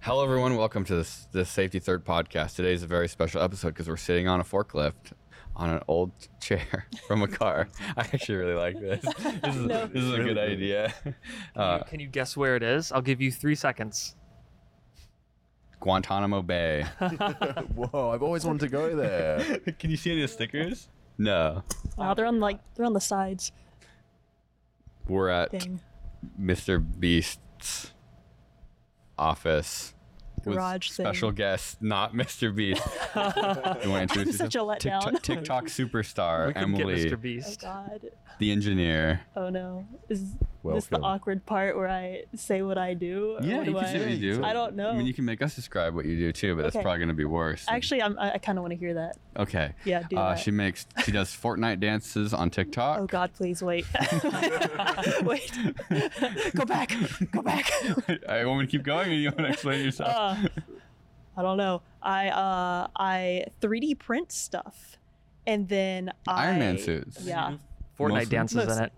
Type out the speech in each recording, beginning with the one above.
Hello, everyone. Welcome to this this Safety Third podcast. Today is a very special episode because we're sitting on a forklift on an old chair from a car. I actually really like this. This is, No. this is a good idea. Uh, Can you guess where it is? I'll give you three seconds. Guantanamo Bay. Whoa, Oh, I've always wanted to go there. Can you see any of the stickers? No. Wow, they're on like they're on the sides. We're at Dang. Mr. Beast's office. with Garage thing. special guest, not Mr. Beast. you want to introduce such a yourself? letdown. TikTok, TikTok superstar We can get Emily, Mr. Oh Beast. god. the engineer. Oh no. Is this the Welcome. awkward part where I say what I do? or Yeah, you what do can I- say what you do. I don't know. I mean, you can make us describe what you do too, but that's Okay. probably going to be worse. Actually, I'm, I, I kind of want to hear that. okay. Yeah, do uh, that. She makes she does Fortnite dances on TikTok. Oh god, please wait. wait. Go back. Go back. I want me to keep going, or you want to explain yourself? Uh, I don't know. I uh I 3D print stuff and then I Iron Man suits. Yeah. Fortnite Mostly. dances in Mostly. it.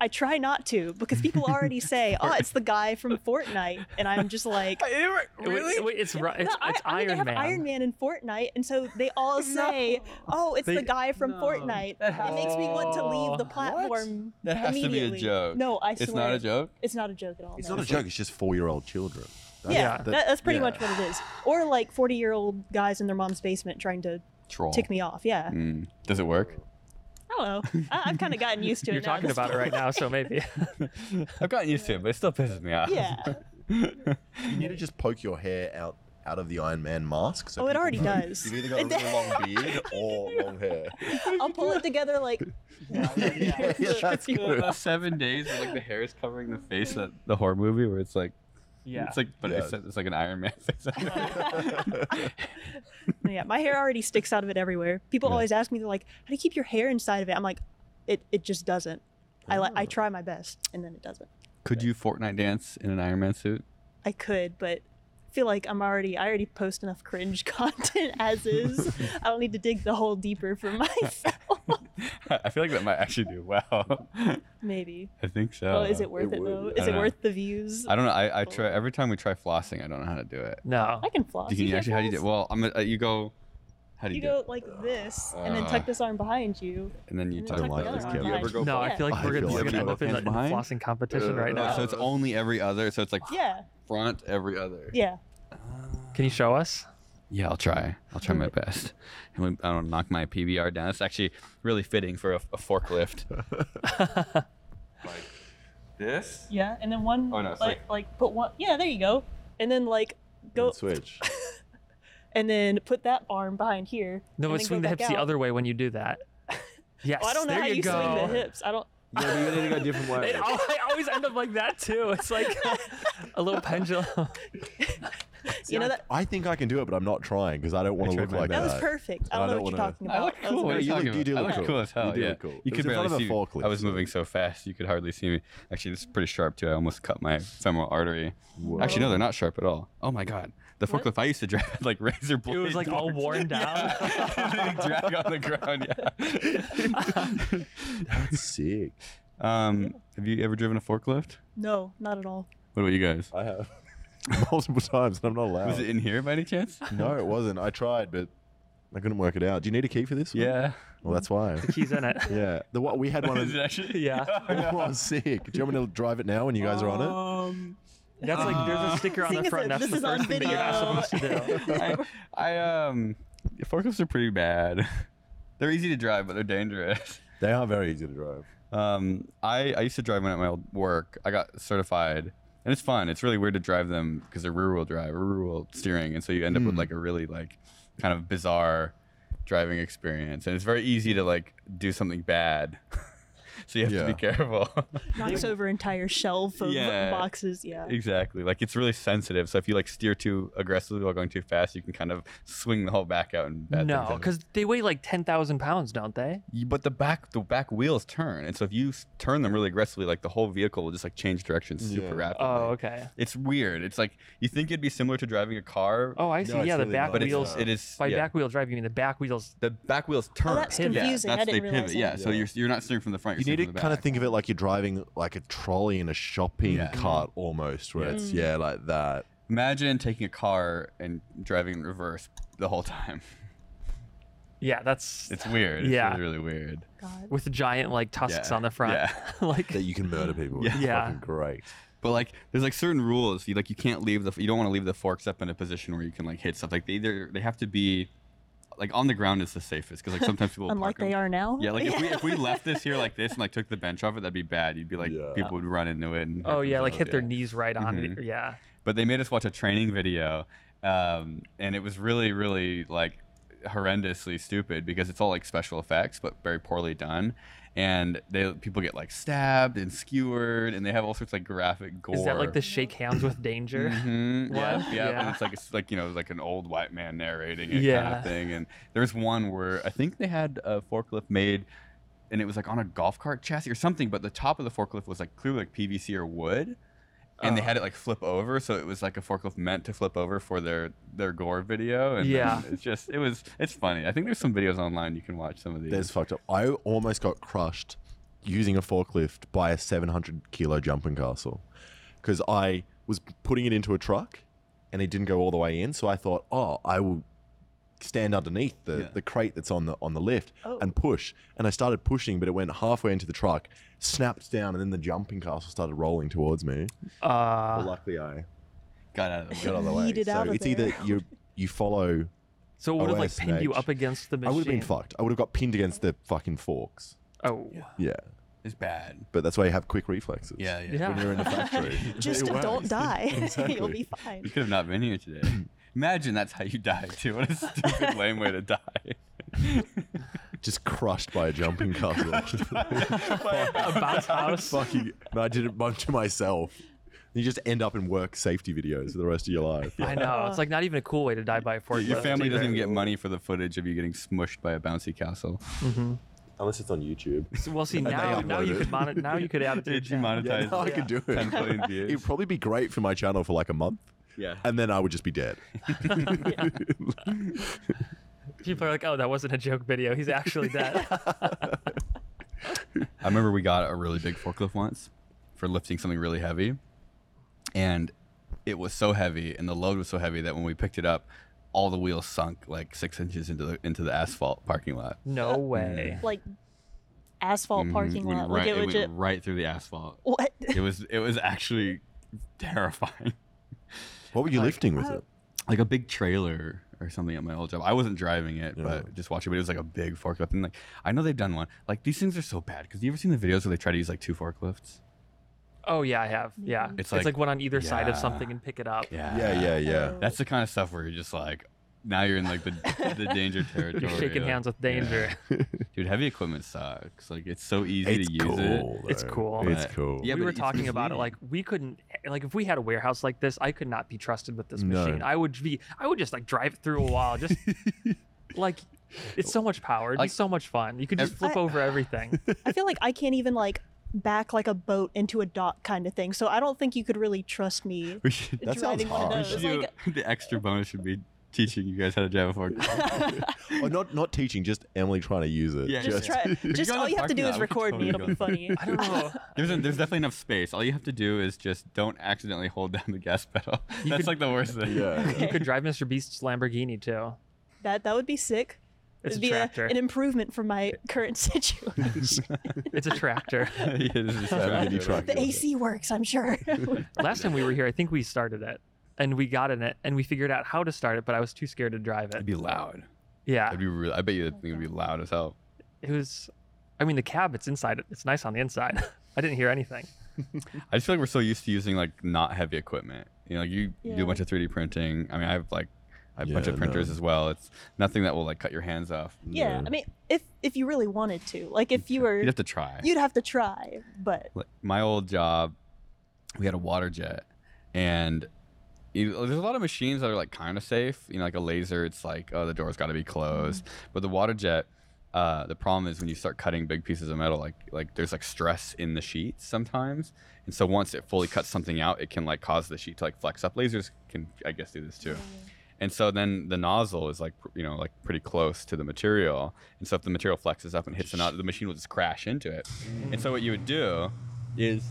I try not to because people already say, "Oh, it's the guy from Fortnite," and I'm just like, Wait, wait, it's, ri- it's, No, I, it's I mean, Iron they have Man. Iron Man in Fortnite, and so they all say, "Oh, it's the They- guy from Fortnite." It makes me want to leave the What? platform. That has to be a immediately. joke. No, I It's swear. not a joke? It's not a joke at all. It's no. not a joke. It's just four-year-old children. That's- yeah, Yeah. that- that's pretty yeah. much what it is. Or like forty-year-old guys in their mom's basement trying to Troll. tick me off. Yeah, Mm. Does it work? I don't know. I, I've kind of gotten used to it. You're now. talking about it right now, so maybe. I've gotten used to it, but it still pisses me off. Yeah. You need to just poke your hair out out of the Iron Man mask. So Oh, it people already know does. You've either got a really long beard or long hair. I'll pull it together like. yeah, that's good. Those seven days, where, like the hair is covering the face, that the horror movie where it's like, yeah. it's like, but Yeah. it's, it's like an Iron Man face. Yeah, my hair already sticks out of it everywhere. People always ask me, they're like, "How do you keep your hair inside of it?" I'm like, "It it just doesn't." I Oh. like I try my best, and then it doesn't. Could you Fortnite dance in an Iron Man suit? I could, but I feel like I'm already I already post enough cringe content as is. I don't need to dig the hole deeper for myself. I feel like that might actually do well. Maybe. I think so. Oh, is it worth it, would. though? I Is it don't know. worth the views? I don't know. I, I try every time we try flossing. I don't know how to do it. no. I can floss. You can actually how do you do? floss? it? Well, I'm uh, you go. How do you, You do? go it? like this, and then tuck this arm behind you. And then you and tuck then I tuck like the this other arm kid. You ever behind go No, I Yeah. feel like I we're feel going like to you end up in have both the hands behind? flossing competition right Oh, now. so it's only every other. So it's like Yeah, front every other. yeah. Uh. Can you show us? Yeah, I'll try. I'll try my best. And when, I don't knock my PBR down. It's actually really fitting for a, a forklift. like this. Yeah, and then one. Oh, no, it's like, like put one. Yeah, there you go. And then like go And switch. and then put that arm behind here. No, and but then swing go the back hips the out. other way when you do that. Yes, Oh, I don't know there how you, go. swing the hips. I don't. yeah, but you need to go different It al- I always end up like that too. It's like a little pendulum. you know that I think I can do it, but I'm not trying because I don't want to tried look my like that that. was perfect. I don't, I know don't what you're wanna- talking about. That was What are amazing. you look- talking you do about? look I look cool. cool as hell. You do yeah. look cool. You It could was in front barely of a see me. forklift, I was so- moving so fast, you could hardly see me. Actually, it's pretty sharp too. I almost cut my femoral artery. Actually, no, they're not sharp at all. Oh my god, the forklift I used to drive had, like razor It blades. was like all worn down. drag on the ground. Yeah. That's sick. Um, have you ever driven a forklift? No, not at all. What about you guys? I have multiple times, and I'm not allowed. Was it in here by any chance? no, it wasn't. I tried, but I couldn't work it out. Do you need a key for this? one? Yeah. Well, that's why. He's in it. Yeah. The what we had one of Is it actually? Yeah. It was Oh, sick. Do you want me to drive it now when you guys are Uh, on Um, That's like there's a sticker on Seeing the as front. it- That's this the is on first thing that you're not supposed to do. I, I um, forklifts are pretty bad. They're easy to drive, but they're dangerous. it? They are very easy to drive. Um, I, I used to drive one at my old work. I got certified, and it's fun. It's really weird to drive them because they're rear wheel drive, rear wheel steering, and so you end up with like a really like kind of bizarre driving experience. And it's very easy to like do something bad, so you have to Yeah. be careful. Knocks over entire shelf of Yeah. boxes. Yeah. exactly. Like it's really sensitive. So if you like steer too aggressively while going too fast, you can kind of swing the whole back out and bad things No, happen. because they weigh like ten thousand pounds, don't they? You- but the back the back wheels turn, and so if you s- turn them really aggressively, like the whole vehicle will just like change direction super Yeah. rapidly. Oh, okay. It's weird. It's like you think it'd be similar to driving a car, Oh, I see. it's yeah, the really back not. but wheels. it's, it is by yeah. back wheel drive, you mean the back wheels? the back wheels turn. Oh, that's Yeah, confusing. I that's- didn't they realize pivot. Yeah, that. so you're you're not steering from the front. You're You need steering to from the kind of back. think of it like you're driving like a trolley in a shopping Yeah. cart almost, where Yeah. it's yeah, like that. Imagine taking a car and driving in reverse the whole time. Yeah, that's It's weird. It's Yeah. really, really weird. God. with giant like tusks Yeah, on the front. yeah. like That you can murder people. Yeah. It's Yeah. fucking great. But like, there's like certain rules. You like, you can't leave the. You don't want to leave the forks up in a position where you can like hit stuff. Like they either they have to be, like on the ground is the safest because like sometimes people. Unlike park 'em- they are now. Yeah, like if we if we left this here like this and like took the bench off it, that'd be bad. You'd be like Yeah. people would run into it. And oh yeah, like hit their knees. knees right on Mm-hmm. it. Yeah. but they made us watch a training video um, and it was really really like horrendously stupid because it's all like special effects but very poorly done and they people get like stabbed and skewered and they have all sorts of like graphic gore Is that like the shake hands with danger? Mhm, Yeah, one? yeah, And Yeah. it's like it's like you know, like an old white man narrating it kind Yeah. of thing. And there's one where I think they had a forklift made, and it was like on a golf cart chassis or something, but the top of the forklift was like clearly like PVC or wood, and they Oh. had it like flip over, so it was like a forklift meant to flip over for their their gore video. And Yeah. then it's just it was it's funny. I think there's some videos online you can watch some of these. There's fucked up. I almost got crushed using a forklift by a 700 kilo jumping castle because I was putting it into a truck and it didn't go all the way in. So I thought, oh, I will stand underneath the, Yeah. the crate that's on the on the lift Oh. and push. And I started pushing, but it went halfway into the truck, snapped down, and then the jumping castle started rolling towards me. Uh, but luckily, I got out of the way. got out of the way. Yeeted so Oh, out of it's there. either you you follow. so it would have like OS pinned you Mage. up against the I machine. would have been fucked. I would have got pinned against the fucking forks. Oh. Yeah, It's bad. but that's why you have quick reflexes. Yeah, yeah. Yeah. when you're in the factory. Just It don't works. die. You'll Exactly. be You fine. could have not been here today. Imagine that's how you die too. What a stupid lame way to die. Just crushed by a jumping castle. A bounce house. Fucking, and I did it bunch to myself. You just end up in work safety videos for the rest of your life. I know. It's like not even a cool way to die by a forklift. Your family doesn't either. even get money for the footage of you getting smushed by a bouncy castle. Unless it's on YouTube. So, well, see now, now upload you it. could monitor. Now you could add it to your Did you channel. Yeah, monetize now I it? could do 10 it. million views? It'd probably be great for my channel for like a month, Yeah. and then I would just be dead. People are like, "Oh, that wasn't a joke video. He's actually dead." I remember we got a really big forklift once for lifting something really heavy. And it was so heavy and the load was so heavy that when we picked it up, all the wheels sunk like six inches into the into the asphalt parking lot. no way. Like asphalt Mhm. parking Went lot. Right, like it it legit. went right through the asphalt. What? It was it was actually terrifying. What were you lifting with it? like a big trailer or something at my old job. I wasn't driving it, Yeah. but just watching. But it was like a big forklift, and like I know they've done one. Like these things are so bad because you ever seen the videos where they try to use like two forklifts? Oh yeah, I have. Mm-hmm. Yeah, It's it's like- like, one on either side of yeah. something and pick it up. Yeah, yeah, yeah. That's the kind of stuff where you're just like, now you're in like the the danger territory. You're shaking like- hands with danger. dude. Heavy equipment sucks. Like it's so easy to use it. It's though. cool. It's But- cool. Yeah, we but were it's talking about it misleading. like we couldn't like if we had a warehouse like this, I could not be trusted with this No. machine. I would be I would just like drive it through a wall. Just like it's so much power. It'd Like- be so much fun. You could just Ev- flip I- over everything. I feel like I can't even like back like a boat into a dock kind of thing. So I don't think you could really trust me. We should, That sounds driving one of hard. we those. should It's do, the extra bonus should be teaching you guys how to drive a forklift. Or not not teaching, just Emily trying to use it. Yeah, Yes. Just try. you Just go in all the you have to parking do lot, is we could record me. totally It'll go. be funny. I don't know. There's, a, there's definitely enough space. All you have to do is just don't accidentally hold down the gas pedal. You That's could- like the worst thing. yeah. You could drive Mr. Beast's Lamborghini too. That that would be sick. It's It'd a be a- tractor. an improvement for my current situation. It's a tractor. Yeah, this is a mini tragic. truck. the AC works, I'm sure. Last time we were here, I think we started it and we got in it and we figured out how to start it, but I was too scared to drive It'd it. be loud. Yeah. It'd be real. I bet you the thing would be loud as hell. It was I mean the cab, it's inside it's nice on the inside. I didn't hear anything. I just feel like we're so used to using like not heavy equipment. You know, like you do Yeah. a bunch of 3D printing. I mean, I have like I have a bunch Yeah, of printers no. as well. It's nothing that will like cut your hands off. yeah, I mean, if if you really wanted to, like, if you were, You'd have to try. you'd have to try. But like my old job, we had a water jet, and you, there's a lot of machines that are like kind of safe. You know, like a laser, it's like oh the door's got to be closed. But the water jet, uh, the problem is when you start cutting big pieces of metal, like like there's like stress in the sheets sometimes, and so once it fully cuts something out, it can like cause the sheet to like flex up. Lasers can I guess do this too. And so then the nozzle is like pr- you know like pretty close to the material, and so if the material flexes up and hits the nozzle, the machine will just crash into it. And so what you would do is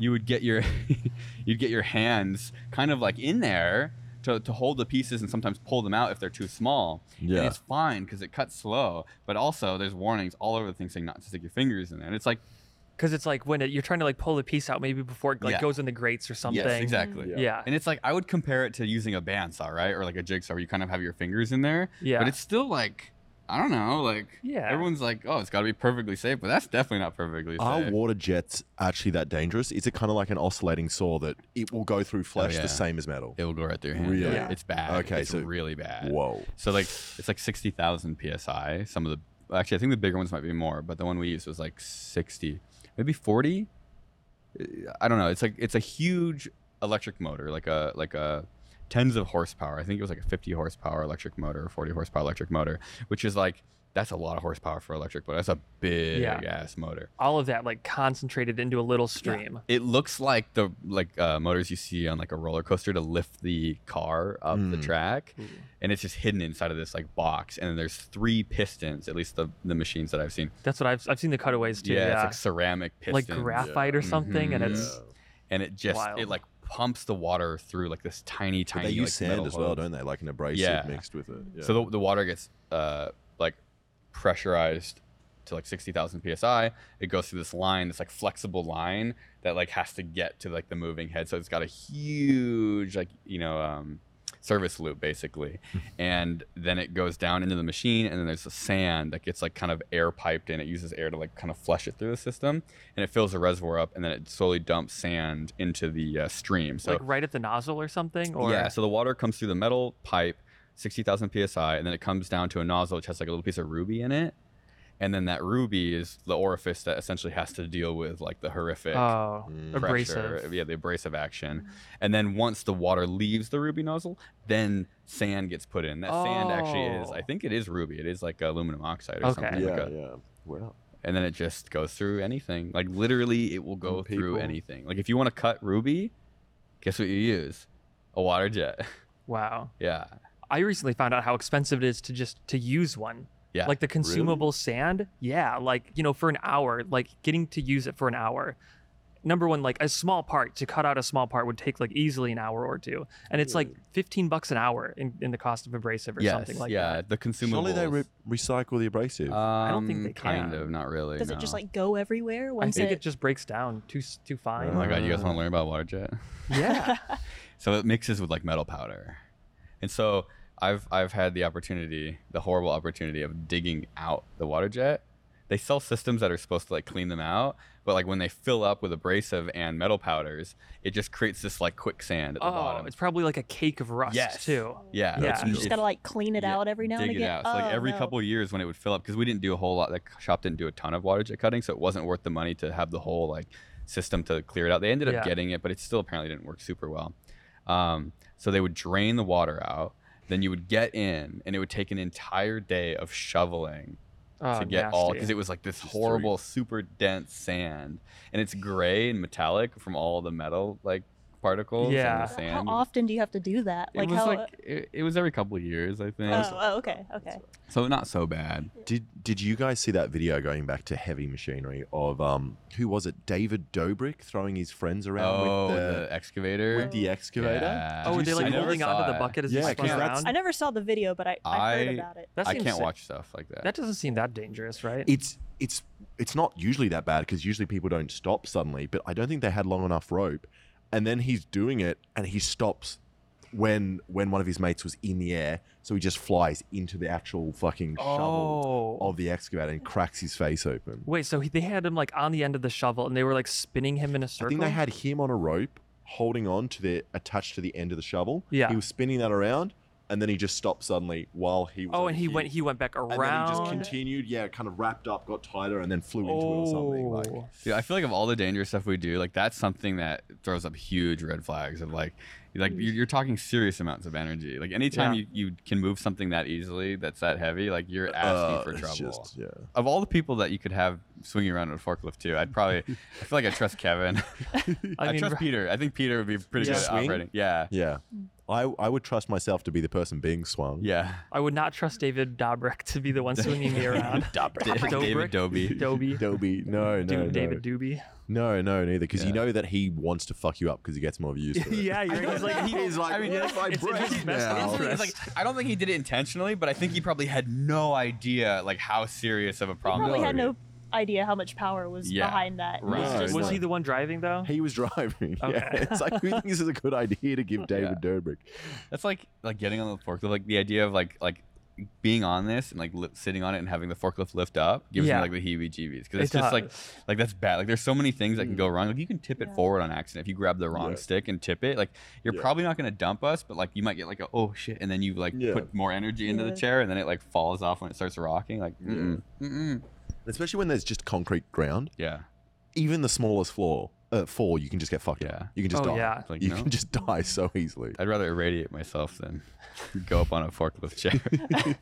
you would get your you'd get your hands kind of like in there to, to hold the pieces and sometimes pull them out if they're too small. Yeah. And it's fine because it cuts slow, but also there's warnings all over the thing saying not to stick your fingers in there. And it's like because it's like when it, you're trying to like pull the piece out maybe before it like Yeah. goes in the grates or something. yes, exactly. Yeah. Yeah. And it's like I would compare it to using a bandsaw, right? Or like a jigsaw where you kind of have your fingers in there. Yeah. But it's still like I don't know, like Yeah. everyone's like, oh, it's got to be perfectly safe, but that's definitely not perfectly safe. Are water jets actually that dangerous? Is it kind of like an oscillating saw that it will go through flesh Oh, yeah. the same as metal? it will go right through your hand. Really? Yeah. It's bad. Okay, it's so- really bad. Whoa. So like it's like sixty thousand psi. Some of the actually, I think the bigger ones might be more, but the one we used was like sixty, maybe forty. I don't know. It's like it's a huge electric motor, like a like a tens of horsepower. I think it was like a fifty horsepower electric motor or forty horsepower electric motor, which is like that's a lot of horsepower for electric motor. That's a big ass motor. all of that like concentrated into a little stream. It looks like the like uh, motors you see on like a roller coaster to lift the car up the Mm. track Ooh. and it's just hidden inside of this like box and then there's three pistons at least the, the machines that i've seen That's what I've I've seen the cutaways too. yeah, Yeah, it's like ceramic like, pistons graphite or something, and Mhm. it's and it just wild. it like pumps the water through like this tiny But tiny they use like, sand metal as well, hose. don't they? Like an abrasive Yeah. mixed with it. Yeah. so the, the water gets uh like pressurized to like 60000 psi it goes through this line this like flexible line that like has to get to like the moving head so it's got a huge like you know um service loop basically and then it goes down into the machine and then there's the sand that gets like kind of air piped in it uses air to like kind of flush it through the system and it fills the reservoir up and then it slowly dumps sand into the uh, stream so like right at the nozzle or something. Or yeah, so the water comes through the metal pipe, 60,000 psi, and then it comes down to a nozzle which has like a little piece of ruby in it. And then that ruby is the orifice that essentially has to deal with like the horrific oh, Mm. pressure, abrasive. yeah, the abrasive action. And then once the water leaves the ruby nozzle, then sand gets put in. That sand actually is, I Oh. think it is ruby. It is like aluminum oxide or Okay. something. like yeah, a- yeah. Wow. and then it just goes through anything. Like literally, it will go through people. anything. Like if you want to cut ruby, guess what you use? A water jet. Wow. yeah. I recently found out how expensive it is to just to use one. Yeah. Like the consumable sand. Yeah. Like, you know, for an hour, like getting to use it for an hour. Number one, like a small part to cut out a small part would take like easily an hour or two. And it's like 15 bucks an hour in, in the cost of abrasive or something like yeah, that. the consumable. Surely they re- recycle the abrasive. don't think they Kind can. of, not really. Does no. it just like go everywhere I once think it, it just breaks down too s- too fine. Oh my god, you guys Uh. want Mm. to learn about water jet? Yeah. So it mixes with like metal powder, and so I've I've had the opportunity, the horrible opportunity of digging out the water jet. They sell systems that are supposed to like clean them out, but like when they fill up with abrasive and metal powders, it just creates this like quicksand at the oh, bottom. it's probably like a cake of rust Yes. too. yeah, Yeah. it's- you just it's- gotta like clean it yeah, out every now and dig again? it out. So like Oh, every no. couple years when it would fill up, because we didn't do a whole lot. The shop didn't do a ton of water jet cutting, so it wasn't worth the money to have the whole like system to clear it out. They ended up Yeah. getting it, but it still apparently didn't work super well. Um, so they would drain the water out. Then you would get in, and it would take an entire day of shoveling Oh, to get all nasty. because it was like this Just three. horrible, super dense sand, and it's gray and metallic from all the metal like particles Yeah. yeah. How the How sand. often do you have to do that? it Like was how? like it, it was every couple of years, I think. oh, oh, okay, okay. So not so bad. Did Did you guys see that video going back to heavy machinery of um who was it David Dobrik throwing his friends around Oh, with the, the, excavator. with the excavator? Oh, Yeah. Oh, Did were you they see like that? holding onto saw the it. bucket as Yeah, it spun 'cause that's- around? I never saw the video, but I, I, heard I- about it. That I seems can't sick. watch stuff like that. That doesn't seem that dangerous, right? It's it's it's not usually that bad because usually people don't stop suddenly, but I don't think they had long enough rope. And then he's doing it and he stops when when one of his mates was in the air, so he just flies into the actual fucking shovel Oh. of the excavator and cracks his face open. Wait, so he, they had him like on the end of the shovel, and they were like spinning him in a circle. I think they had him on a rope holding on to the attached to the end of the shovel. Yeah. He was spinning that around and then he just stopped suddenly while he was oh, over and he here. went. He went back and then he around. just continued, yeah, kind of wrapped up, got tighter, and then flew into it or something. Like, Oh. Dude, I feel like of all the dangerous stuff we do, like that's something that throws up huge red flags of like, like you're, you're talking serious amounts of energy. Like anytime Yeah. you, you can move something that easily, that's that heavy, like you're asking uh, for it's trouble. just- yeah. of all the people that you could have swinging around in a forklift too, I'd probably, I feel like I trust Kevin. I, I mean, trust r- Peter. I think Peter would be pretty Yeah. good at Swing? operating. Yeah. Yeah. I, I would trust myself to be the person being swung. Yeah. I would not trust David Dobrik to be the one swinging me around. David Dobrik? Dobie. Dobie. Dobie, no, no, Du- no. David Doobie. no, no, neither. Because Yeah. you know that he wants to fuck you up because he gets more views. For it. yeah, you're, he's like, he's like, I mean, what if I it's in break his best now? It's like- it's like, I don't think he did it intentionally, but I think he probably had no idea like how serious of a He problem. probably it had would no idhe idea how much power was Yeah, behind that. It was right. just was like- he the one driving though? He was driving. Yeah. Okay. It's like, who thinks this is a good idea to give David Dobrik? be. That's like like getting on the forklift. Like the idea of like like being on this and like li- sitting on it and having the forklift lift up gives Yeah. me like the heebie-jeebies because It it's just like does. like that's bad. Like there's so many things that can go wrong. Like you can tip it Mm. Yeah. forward on accident if you grab the wrong Yeah. stick and tip it. Like you're Yeah. probably not gonna dump us, but like you might get like a oh shit, and then you like Yeah. put more energy into Yeah. the chair and then it like falls off when it starts rocking. Like Yeah. mm mm Especially when there's just concrete ground. yeah Even the smallest floor, uh, fall, you can just get fucked Yeah. up. You can just Oh, die. yeah. Like, you no. can just die so easily. I'd rather irradiate myself than go up on a forklift chair.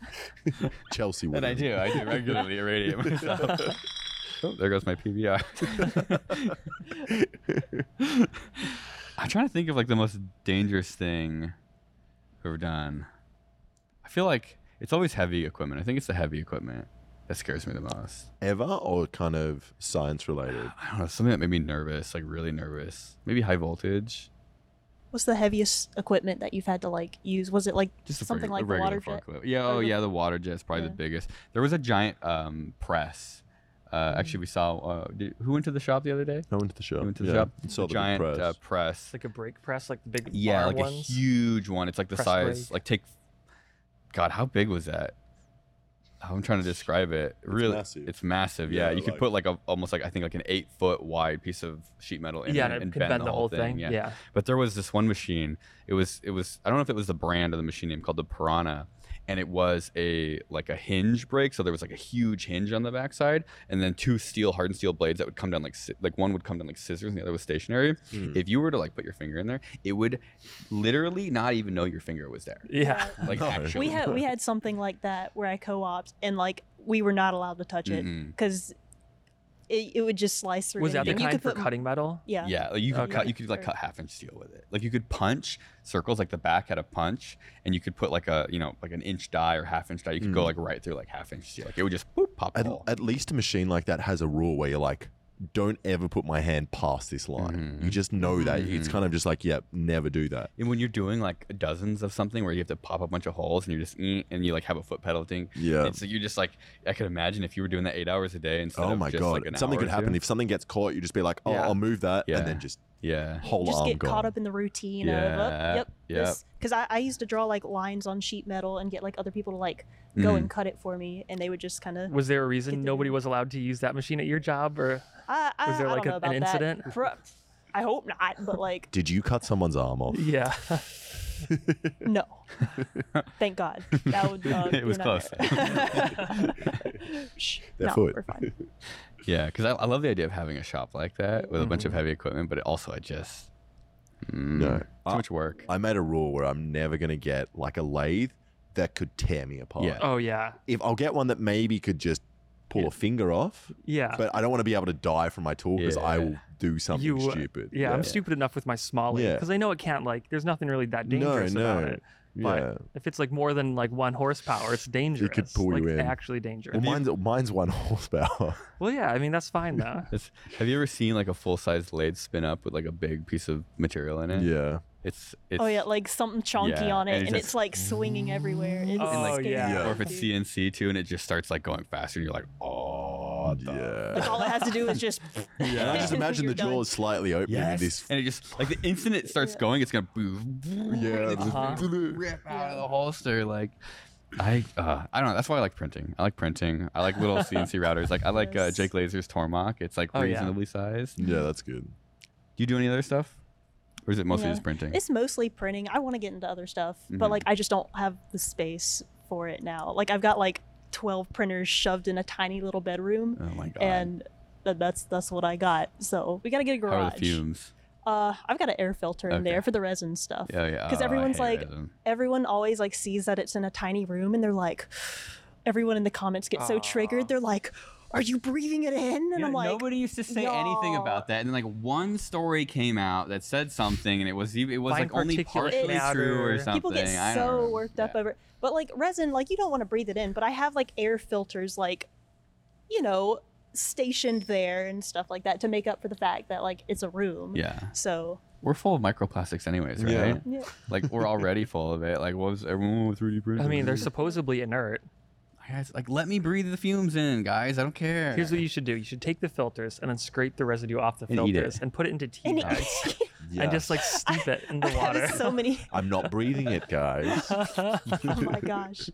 Chelsea would. and I do. I do regularly irradiate myself. Oh, there goes my PBR. I'm trying to think of like the most dangerous thing I've ever done. I feel like it's always heavy equipment. I think it's the heavy equipment that scares me the most. Ever or kind of science related? I don't know, something that made me nervous, like really nervous. Maybe high voltage. What's the heaviest equipment that you've had to like use? Was it like Just a something regu- like a the water regular jet? forklift. Yeah, Or Uh-huh. oh the- yeah, the water jet's probably Yeah. the biggest. There was a giant um, press. Uh, Mm-hmm. Actually, we saw. Uh, did, who went to the shop the other day? I went to the shop. Who went to the yeah. shop? and Saw a the big giant press. Uh, press. It's like a brake press, like the big yeah, bar like ones. a huge one. It's like the Press size. brake. Like take. God, how big was that? I'm trying to describe it. really, massive. it's massive. Yeah, Yeah, you could like- put like a almost like I think like an eight foot wide piece of sheet metal in it yeah, and and it could bend, the whole thing. Yeah. but there was this one machine. It was it was I don't know if it was the brand or the machine name called the Piranha, and it was a like a hinge brake. So there was like a huge hinge on the backside, and then two steel hardened steel blades that would come down like sci- like one would come down like scissors, and the other was stationary. Hmm. If you were to like put your finger in there, it would literally not even know your finger was there. Yeah. Like No. actually, uh, We had we had something like that where I co-opt and like we were not allowed to touch it Mm-mm. because it, it would just slice through. Was that the anything. you kind could for put, cutting metal? Yeah. Yeah, like you could Okay. cut. You could like Or- cut half inch steel with it. Like you could punch circles. Like the back had a punch, and you could put like a you know like an inch die or half inch die. You could Hmm. go like right through like half inch steel. Like it would just boop, pop At, all. at least a machine like that has a rule where you're like, don't ever put my hand past this line. Mm-hmm. You just know that. It's kind of just like, yeah, never do that. and when you're doing like dozens of something where you have to pop a bunch of holes and you're just "Eh," and you like have a foot pedal thing. Yeah. And so you're just like I could imagine if you were doing that eight hours a day instead oh of my just god, like an something hour could or happen two. if something gets caught. You're just be like, oh, Yeah. I'll move that, Yeah. and then just yeah. whole just arm get gone. caught up in the routine of Yeah, up, yep yep. because I, I used to draw like lines on sheet metal and get like other people to like go Mhm. and cut it for me and they would just kind of Was there a Get reason the- nobody was allowed to use that machine at your job? Or I, I, was there, I like, don't know a- about an that. incident? Pro- i hope not but like Did you cut someone's arm off? yeah, no thank god that would uh, It was we're not there. Shh, Their no, foot. we're fine. Yeah, because I, I love the idea of having a shop like that with a bunch of Mm-hmm. heavy equipment, but it also I just mm, No. too I- much work. I made a rule where I'm never gonna get like a lathe that could tear me apart. Yeah. oh yeah, If I'll get one that maybe could just pull a finger off, yeah. but I don't want to be able to die from my tool because I Yeah. will do something Uh, you, uh, stupid. Yeah, I'm stupid enough with my small Yeah. because I know it can't like. There's nothing really that No, dangerous about no. it. But Yeah. if it's like more than like one horsepower, it's dangerous. pull like, you in. Actually dangerous. Well, Well, mine's, mine's one horsepower. yeah. I mean, that's fine though. It's- have you ever seen like a full size lathe spin up with like a big piece of material in it? yeah. It's it's oh yeah like something chonky Yeah, on it and and, it's it's just- like swinging everywhere it's And, like, scary. yeah. Or if it's CNC too, and it just starts like going faster, and you're like, oh, the like Yeah. all it has to do is just And I just imagine the You're done. jaw is slightly open. yes. with This. And it just like the instant it starts going, it's gonna boom, Yeah. and it's Uh-huh. rip out of the holster. Like, I uh, I don't know. That's why I like printing. I like printing. I like little CNC routers. Like I like uh, Yes. Jake Laser's Tormach. It's like Oh, yeah. reasonably sized. Do Yeah, that's good. you do any other stuff, or is it mostly Yeah. just printing? It's mostly printing. I want to get into other stuff, but Mhm. like I just don't have the space for it now. Like I've got like 12 printers shoved in a tiny little bedroom oh my god. and th- that's that's what I got. So we got to get a How are garage. the fumes? Uh I've got an air filter in Okay. there for the resin stuff. Yeah, yeah. 'Cause oh, I everyone's hate like- resin. Everyone always like sees that it's in a tiny room and they're like everyone in the comments get so Aw. triggered. They're like are you breathing it in? And Yeah, I'm like, nobody used to say anything "Y'all." about that, and then like one story came out that said something, and it was ev- it was Fine like only particulate partially true matter. or People something. People get I don't so remember. worked up Yeah. over but like resin, like you don't want to breathe it in, but I have like air filters like you know, stationed there and stuff like that to make up for the fact that like it's a room. Yeah, So we're full of microplastics, anyways, right? Yeah. yeah. Like we're already full of it. Like what was everyone with 3D printing? I mean, they're supposedly inert. guys. Like let me breathe the fumes in, guys. I don't care. Here's what you should do: you should take the filters and then scrape the residue off the And eat it. filters and put it into tea And- bags and just like steep it in the I water. have so many I'm not breathing it, guys. oh my gosh.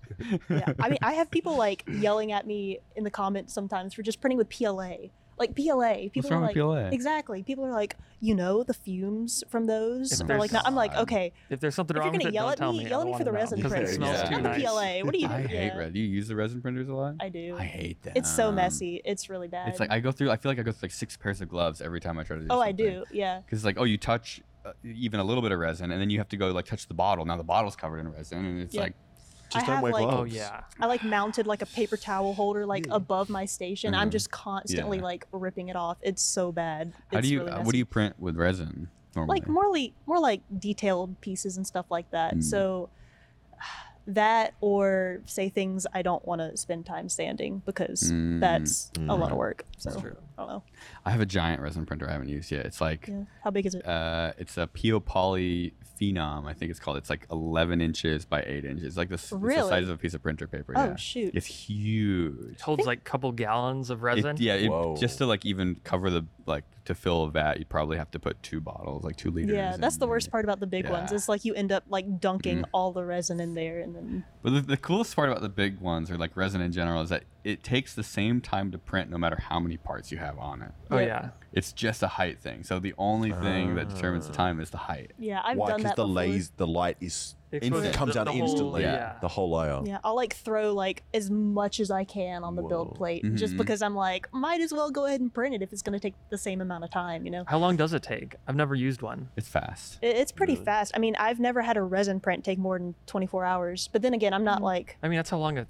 Yeah. I mean, I have people like yelling at me in the comments sometimes for just printing with PLA. Like PLA. People What's are wrong like with PLA? Exactly. People are like, you know, the fumes from those. If They're like, there's- I'm like, God. okay, if there's something if you're wrong with gonna it, yell don't at tell me, me. I yell at don't me for the wanna know, resin 'cause print. It smells Yeah. too not the nice. PLA. What do you? I hate yeah. red. Do you use the resin printers a lot? I do. I hate them. it's so um, messy. It's really bad. It's like I go through. I feel like I go through like six pairs of gloves every time I try to do. oh, I something. do. Yeah. because it's like oh you touch uh, even a little bit of resin and then you have to go like touch the bottle now the bottle's covered in resin and it's Yeah. like Just I don't have, wear like- gloves. Oh yeah. I like mounted like a paper towel holder like Yeah. above my station. I'm Mhm. just constantly Yeah. like ripping it off. It's so bad. how It's do you really uh, messy. what do you print with resin normally like more like more like detailed pieces and stuff like that. Mm. So that or say things I don't want to spend time sanding because Mm, that's a lot mhm. of work. So That's true. I don't know. i have a giant resin printer i haven't used yet it's like Yeah. How big is it? uh it's a peo poly phenom i think it's called it's like 11 inches by 8 inches It's like this it's the size Really? of a piece of printer paper oh yeah shoot. it's huge It holds like a couple gallons of It- resin. yeah, Whoa. it, just to like even cover the like to fill a vat, you'd probably have to put two bottles, like two liters. yeah, that's the in. worst part about the big ones. yeah. Mm. It's like you end up like dunking all the resin in there and then But the, the coolest part about the big ones, or like resin in general, is that it takes the same time to print no matter how many parts you have on it. Oh Yeah. yeah. It's just a height thing. So the only thing that determines Ah. the time is the height. yeah, I've Why? done Because that the before. lays, the light is It Instant. exposes comes the- out the whole- instantly. yeah. The whole layer. Yeah, I'll like throw like as much as I can on the build Whoa. plate just Mhm. because I'm like, might as well go ahead and print it if it's going to take the same amount of time, you know? How long does it take? I've never used one. It's fast. It- It's pretty Really? fast. I mean, I've never had a resin print take more than 24 hours. But then again, I'm Mm. not like. I mean, that's how long a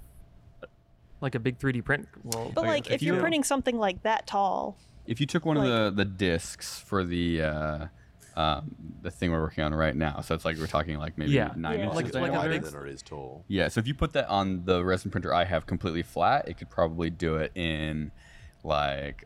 like a big 3D print will. But Okay, like, if if you're you- printing something like that tall, If you took one Like- of the, the discs for the uh, um, the thing we're working on right now, so it's like we're talking like maybe Yeah. nine Yeah. inches. Like- It's like a down. wider very- than it is tall. yeah, so if you put that on the resin printer I have completely flat, it could probably do it in like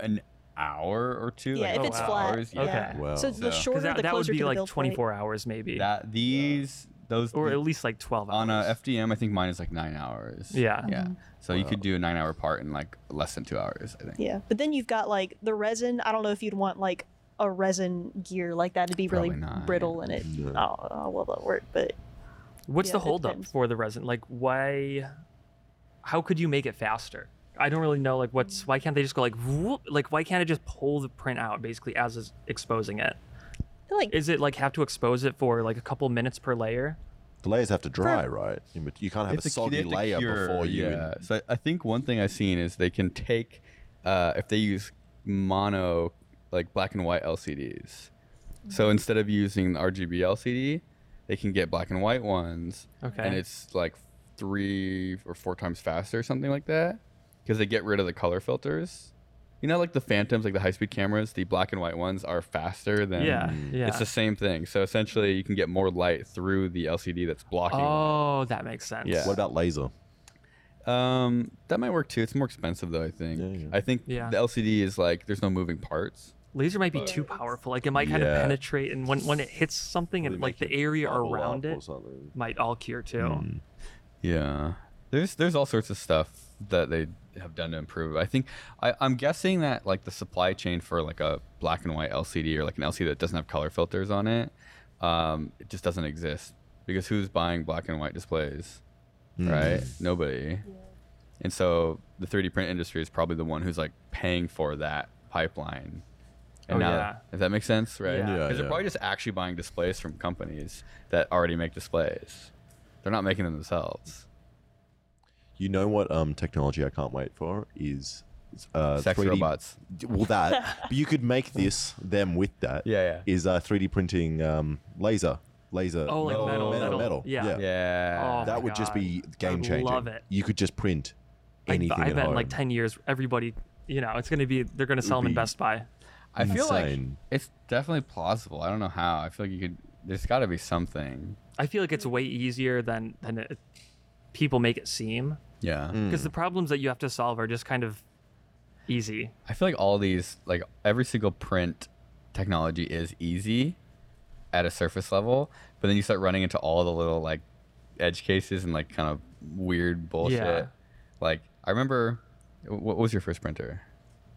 an hour or two. Yeah, like if two it's flat, hours. yeah. Okay. Wow. so the So- 'Cause shorter that, the that would closer be to the like build plate. 24 hours maybe, That these those or at least like 12 hours. on a FDM, I think mine is like nine hours. Yeah. Yeah. Mm-hmm. So you Wow. could do a nine hour part in like less than two hours, I think. Yeah, but then you've got like the resin. I don't know if you'd want like a resin gear like that to be really Probably not, brittle and it. No. Oh, oh, well, that work, but What's the Yeah, it holdup depends. for the resin? Like, why? How could you make it faster? I don't really know. Like, what's why can't they just go like whoop? Like, why can't it just pull the print out basically as is exposing it? like Is it like have to expose it for like a couple minutes per layer? The layers have to dry, right? You you can't They have have a to- they soggy have to layer cure, before you. Yeah. So I- I think one thing I've seen is they can take, uh, if they use mono, like black and white LCDs. Mm-hmm. So instead of using the RGB LCD, they can get black and white ones. Okay. And it's like three or four times faster or something like that because they get rid of the color filters. You know, like the Phantoms, like the high speed cameras, the black and white ones are faster than. yeah, yeah. It's the same thing. So essentially, you can get more light through the LCD that's blocking. oh, that makes sense. Yeah. What about laser? Um, that might work too. It's more expensive though. I think. Yeah, yeah. I think Yeah. the LCD is like there's no moving parts. laser might be too But- powerful. Like, it might kind of Yeah. penetrate, and when when it hits something, Really and like make the area Bubble around up or it something. might all cure too. Hmm, Yeah. There's there's all sorts of stuff that they have done to improve. I think I, I'm guessing that like the supply chain for like a black and white LCD or like an LCD that doesn't have color filters on it, um, it just doesn't exist because who's buying black and white displays, Hmm. Hmm. right? Nobody. And so the 3D print industry is probably the one who's like paying for that pipeline. And Oh, now, yeah. if that makes sense, right? Yeah. Yeah, Because yeah. they're probably just actually buying displays from companies that already make displays. They're not making them themselves. You know what um, technology I can't wait for is uh, Sex 3D robots. Well, that but you could make this them with that. Yeah, Is uh, 3D printing um, laser, laser. Oh, like metal, metal, metal. Yeah. Yeah. Oh, That my would just God. be game would changing. love it. You could just print I- anything I, at bet in like home. 10 years, everybody, you know, it's going to be, they're going to sell them in be- Best Buy. I feel like Insane. it's definitely plausible. I don't know how. I feel like you could. There's got to be something. I feel like it's way easier than, than it, people make it seem Yeah. because Hmm. the problems that you have to solve are just kind of easy. I feel like all these, like every single print technology is easy at a surface level, but then you start running into all the little like edge cases and like kind of weird bullshit. Yeah. Like I remember, wh- what was your first printer?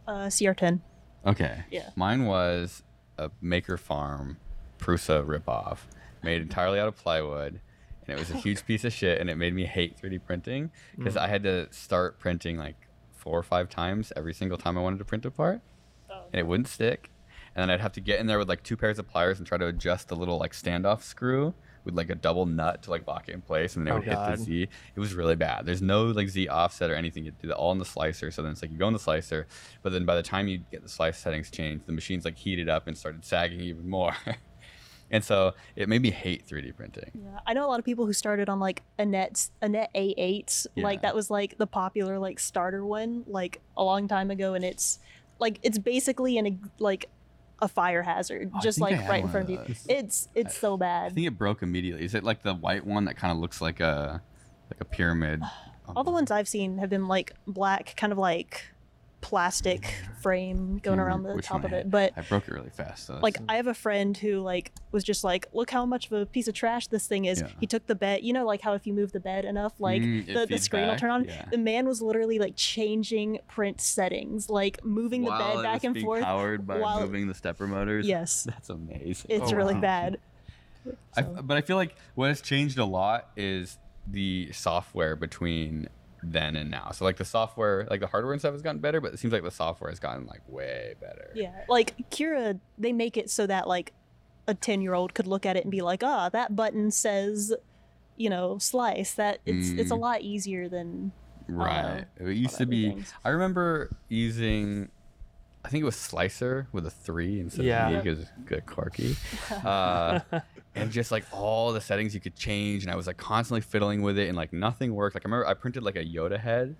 Uh, CR10. Okay. Yeah. Mine was a Maker Farm Prusa ripoff, made entirely out of plywood, and it was a huge piece of shit, and it made me hate 3D printing because I had to start printing like four or five times every single time I wanted to print a part, and it wouldn't stick. And then I'd have to get in there with like two pairs of pliers and try to adjust the little like standoff screw with like a double nut to like lock it in place, and then it Oh, would hit God. the Z. It was really bad. There's no like Z offset or anything. You do that all in the slicer. So then it's like you go in the slicer, but then by the time you get the slice settings changed, the machine's like heated up and started sagging even more. and so it made me hate 3D printing. Yeah, I know a lot of people who started on like Annette's Annette A8. Yeah. Like that was like the popular like starter one like a long time ago, and it's like it's basically an ex- like a fire hazard, Oh, I just think I like had right in one front of of you. those. It's it's so I bad. think it broke immediately. Is it like the white one that kind of looks like a like a pyramid? All the ones I've seen have been like black, kind of like plastic frame going remember around the which top one of I it, had. but I broke it really fast. So like that's- I have a friend who like was just like, look how much of a piece of trash this thing is. Yeah. He took the bed, you know, like how if you move the bed enough, like Mm, it the, the feeds screen will back, turn on. yeah. The man was literally like changing print settings, like moving While the bed it was back and being forth. powered by while- moving the stepper motors. Yes, That's amazing. it's Oh, really wow. bad. I, So- but I feel like what has changed a lot is the software between then and now. So like the software, like the hardware and stuff has gotten better, but it seems like the software has gotten like way better. Yeah, like Kira, they make it so that like a ten-year-old could look at it and be like, "Ah, that button says, you know, slice." That it's it's a Mm. lot easier than Right. it used to other be. things. I remember using. I think it was Slicer with a three instead Yeah. of because good quirky, uh, and just like all the settings you could change, and I was like constantly fiddling with it, and like nothing worked. Like I remember I printed like a Yoda head,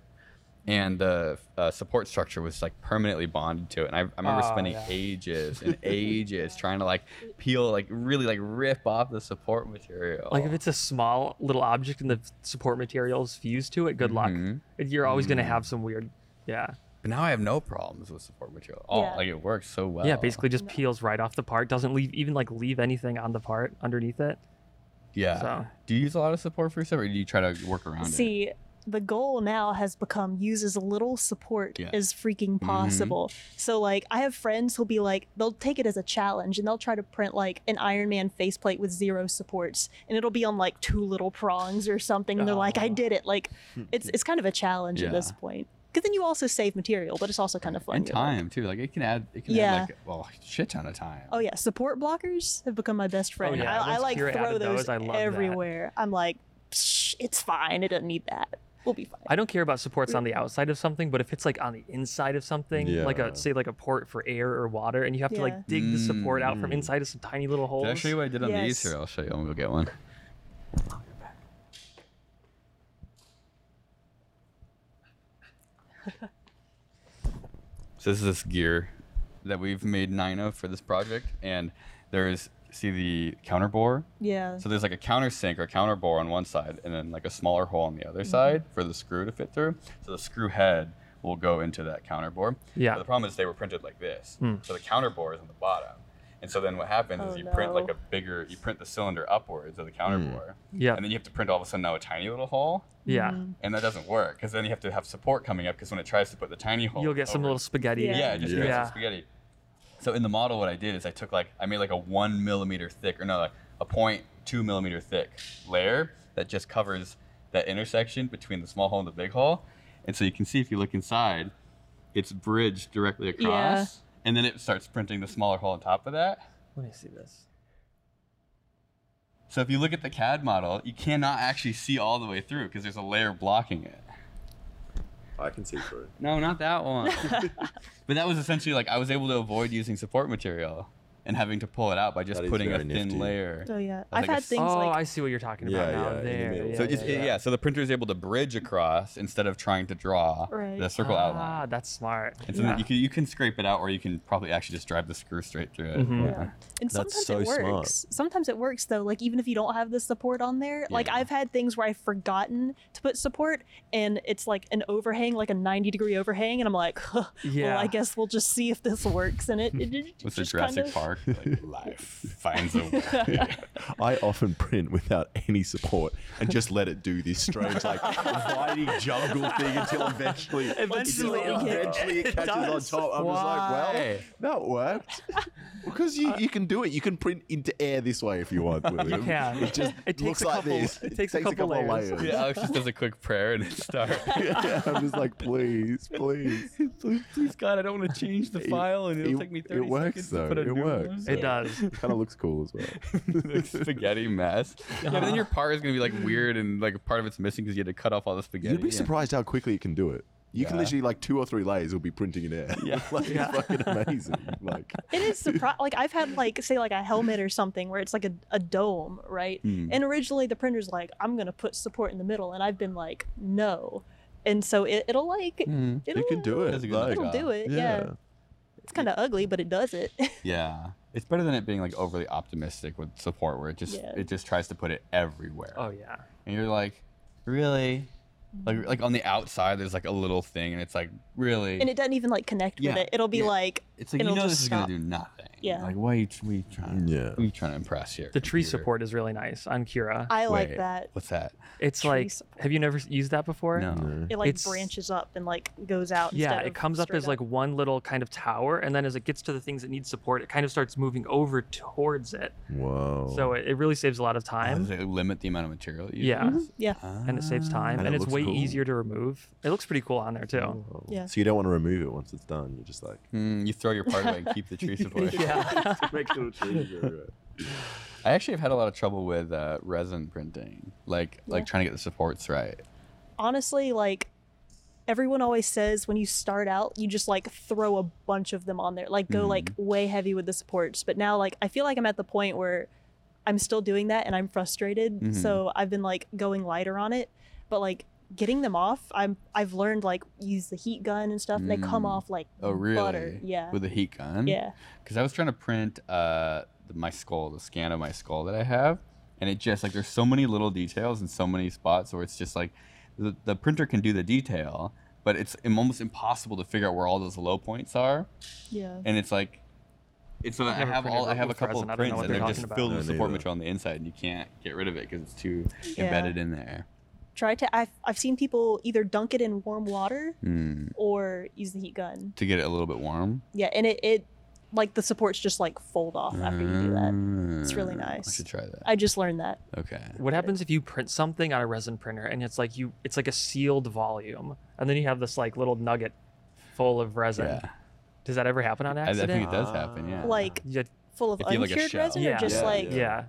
and the uh, support structure was like permanently bonded to it, and I, I remember Oh, spending yeah. ages and ages trying to like peel like really like rip off the support material. Like if Oh. it's a small little object and the support materials fused to it, good Mm-hmm. Mhm. luck. You're always going to have some weird, yeah, but now I have no problems with support material. at all. Yeah. like it works so well. yeah. Basically, just peels right off the part. Doesn't leave even like leave anything on the part underneath it. Yeah. So- Do you use a lot of support for yourself, or do you try to work around it? See, the goal now has become use as little support Yeah. Mm-hmm. as freaking possible. So like I have friends who'll be like they'll take it as a challenge and they'll try to print like an Iron Man faceplate with zero supports and it'll be on like two little prongs or something and they're like I Oh. did it. Like it's it's kind of a challenge at this Hmm. Yeah. point. Cuz then you also save material, but it's also kind of fun. And You're like- time too. Like it can add. It can Yeah. add like well, shit ton of time. Oh yeah, support blockers have become my best friend. Oh, yeah, I, I once like Kira throw added those, those, I love that. everywhere. I'm like, Psh, it's fine. It doesn't need that. We'll be fine. I don't care about supports Mm. on the outside of something, but if it's like on the inside of something, like Yeah. a say like a port for air or water, and you have to Yeah. like dig the support out from Mm. inside of some tiny little holes. Did I show you what I did on these? Yes. Here, I'll show you. I'm gonna go get one. so this is this gear that we've made nine of for this project, and there is see the counter bore Yeah. So there's like a countersink or counter bore on one side, and then like a smaller hole on the Mm-hmm. other side for the screw to fit through. So the screw head will go into that counter bore. Yeah. Hmm. But the problem is they were printed like this, so the counter bore is on the bottom. And so then what happens Oh, is you print like no. a bigger, you print the cylinder upwards of the counter bore, Yeah. and then you have to print all of a sudden now a tiny little hole, Yeah, Mm. and that doesn't work because then you have to have support coming up because when it tries to put the tiny hole, you'll get some over- little spaghetti. Yeah. yeah, it just creates Yeah. some spaghetti. So in the model, what I did is I took like I made like a one millimeter thick, or no, like a point two millimeter thick layer that just covers that intersection between the small hole and the big hole. And so you can see if you look inside, it's bridged directly across, and then it starts printing the smaller hole on top of that. Let me see this. So if you look at the CAD model, you cannot actually see all the way through because there's a layer blocking it. I can see through. No, not that one. but that was essentially like I was able to avoid using support material. and having to pull it out by just That is putting a very thin nifty. layer. Oh yeah, I I've think I had things oh, like I see what you're talking about Yeah, now. yeah, in the there, middle. yeah, So it's, yeah, yeah. so the printer is able to bridge across instead of trying to draw Right. the circle outline. Ah, that's smart. And so yeah. then you can you can scrape it out, or you can probably actually just drive the screw straight through it. Mhm. Mm-hmm. Yeah. And That's sometimes it so smart. works. Sometimes it works though. Like even if you don't have the support on there, like Yeah. I've had things where I've forgotten to put support, and it's like an overhang, like a ninety degree overhang, and I'm like, huh, Yeah. well, I guess we'll just see if this works. And it, it, it With the just Jurassic kind of, Park, like, life finds a way. I often print without any support and just let it do this strange, like, viney jungle thing until eventually, Eventually until it- eventually it, it catches on does. top. I'm Why? just like, well, that worked. Because you, you can do it. You can print into air this way if you want. William. can. It just It takes looks a like couple- this. it takes a couple of layers. Yeah, Alex just does a quick prayer and then start. yeah, I'm just like, please, please. Please God, I don't want to change the It- file, and it'll it- take me it thirty works, seconds to though. put a It new works. one. It does. kind of looks cool as well. Like spaghetti mess. Yeah, but then your part is gonna be like weird, and like part of it's missing because you had to cut off all the spaghetti. You'd be and- surprised how quickly it can do it. You can Yeah. literally like two or three layers will be printing in air. Yeah. like it's fucking amazing. Like It is surprising. like I've had like say like a helmet or something where it's like a, a dome, right? And originally the printer's like, I'm gonna put support in the middle, and I've been like, no. And so it, it'll like Hmm. it'll, it can do it. That's a good like, It'll job. do it. Yeah. It's kind of ugly, but it does it. Yeah, it's better than it being like overly optimistic with support, where it just Yeah. it just tries to put it everywhere, Oh yeah. and you're like, really, like like on the outside there's like a little thing, and it's like really, and it doesn't even like connect Yeah, with it. It'll be yeah. like it's like you it'll know this just is gonna stop. do nothing. Yeah. like what are you, what are you trying? Yeah. what are you trying to impress here? The tree computer? support is really nice on Kira. I like Wait, that. What's that? it's Uh, tree like, support. have you never s- used that before? No. It like It's- branches up and like goes out. Yeah, instead it of comes up straight as like one little kind of tower, and then as it gets to the things that need support, it kind of starts moving over towards it. Whoa. So it, it really saves a lot of Oh, time, does it limit the amount of material? You Yeah. use? Mm-hmm. yeah, and it saves time, And and, it it's looks way cool. easier to remove. It looks pretty cool on there too. Yeah. So you don't want to remove it once it's done. You're just like Mm, you throw your part away and keep the tree support. Yeah. make sure it's everywhere. I actually have had a lot of trouble with uh, resin printing, like like Yeah. trying to get the supports right. honestly, like everyone always says when you start out, you just like throw a bunch of them on there, like go like Mm. way heavy with the supports. But now, like I feel like I'm at the point where I'm still doing that and I'm frustrated. Mhm. So I've been like going lighter on it, but like getting them off, I'm I've learned like use the heat gun and stuff, and they come Mm. off like Oh, really? butter. Yeah, With a heat gun. yeah. because I was trying to print uh, the- my skull, the scan of my skull that I have, and it just like there's so many little details and so many spots where it's just like the, the printer can do the detail, but it's im- almost impossible to figure out where all those low points are, Yeah. and it's like. It's so I never have printed all I have a with couple resin. I of don't know prints what and they're they're just talking about. filled No, with support neither. material on the inside and you can't get rid of it because it's too Yeah. embedded in there. Try to. I've, I've seen people either dunk it in warm water Hmm. or use the heat gun. To get it a little bit warm. Yeah, and it, it like the supports just like fold off after you do that. It's really Mm, I nice. should try that. I just learned that. Okay. What happens if you print something on a resin printer and it's like you it's like a sealed volume and then you have this like little nugget full of resin. Yeah. Does that ever happen on I, I accident? think it does happen, yeah. Like yeah, full of If you have, like, a uncured shell. resin Yeah. or just Yeah, like yeah.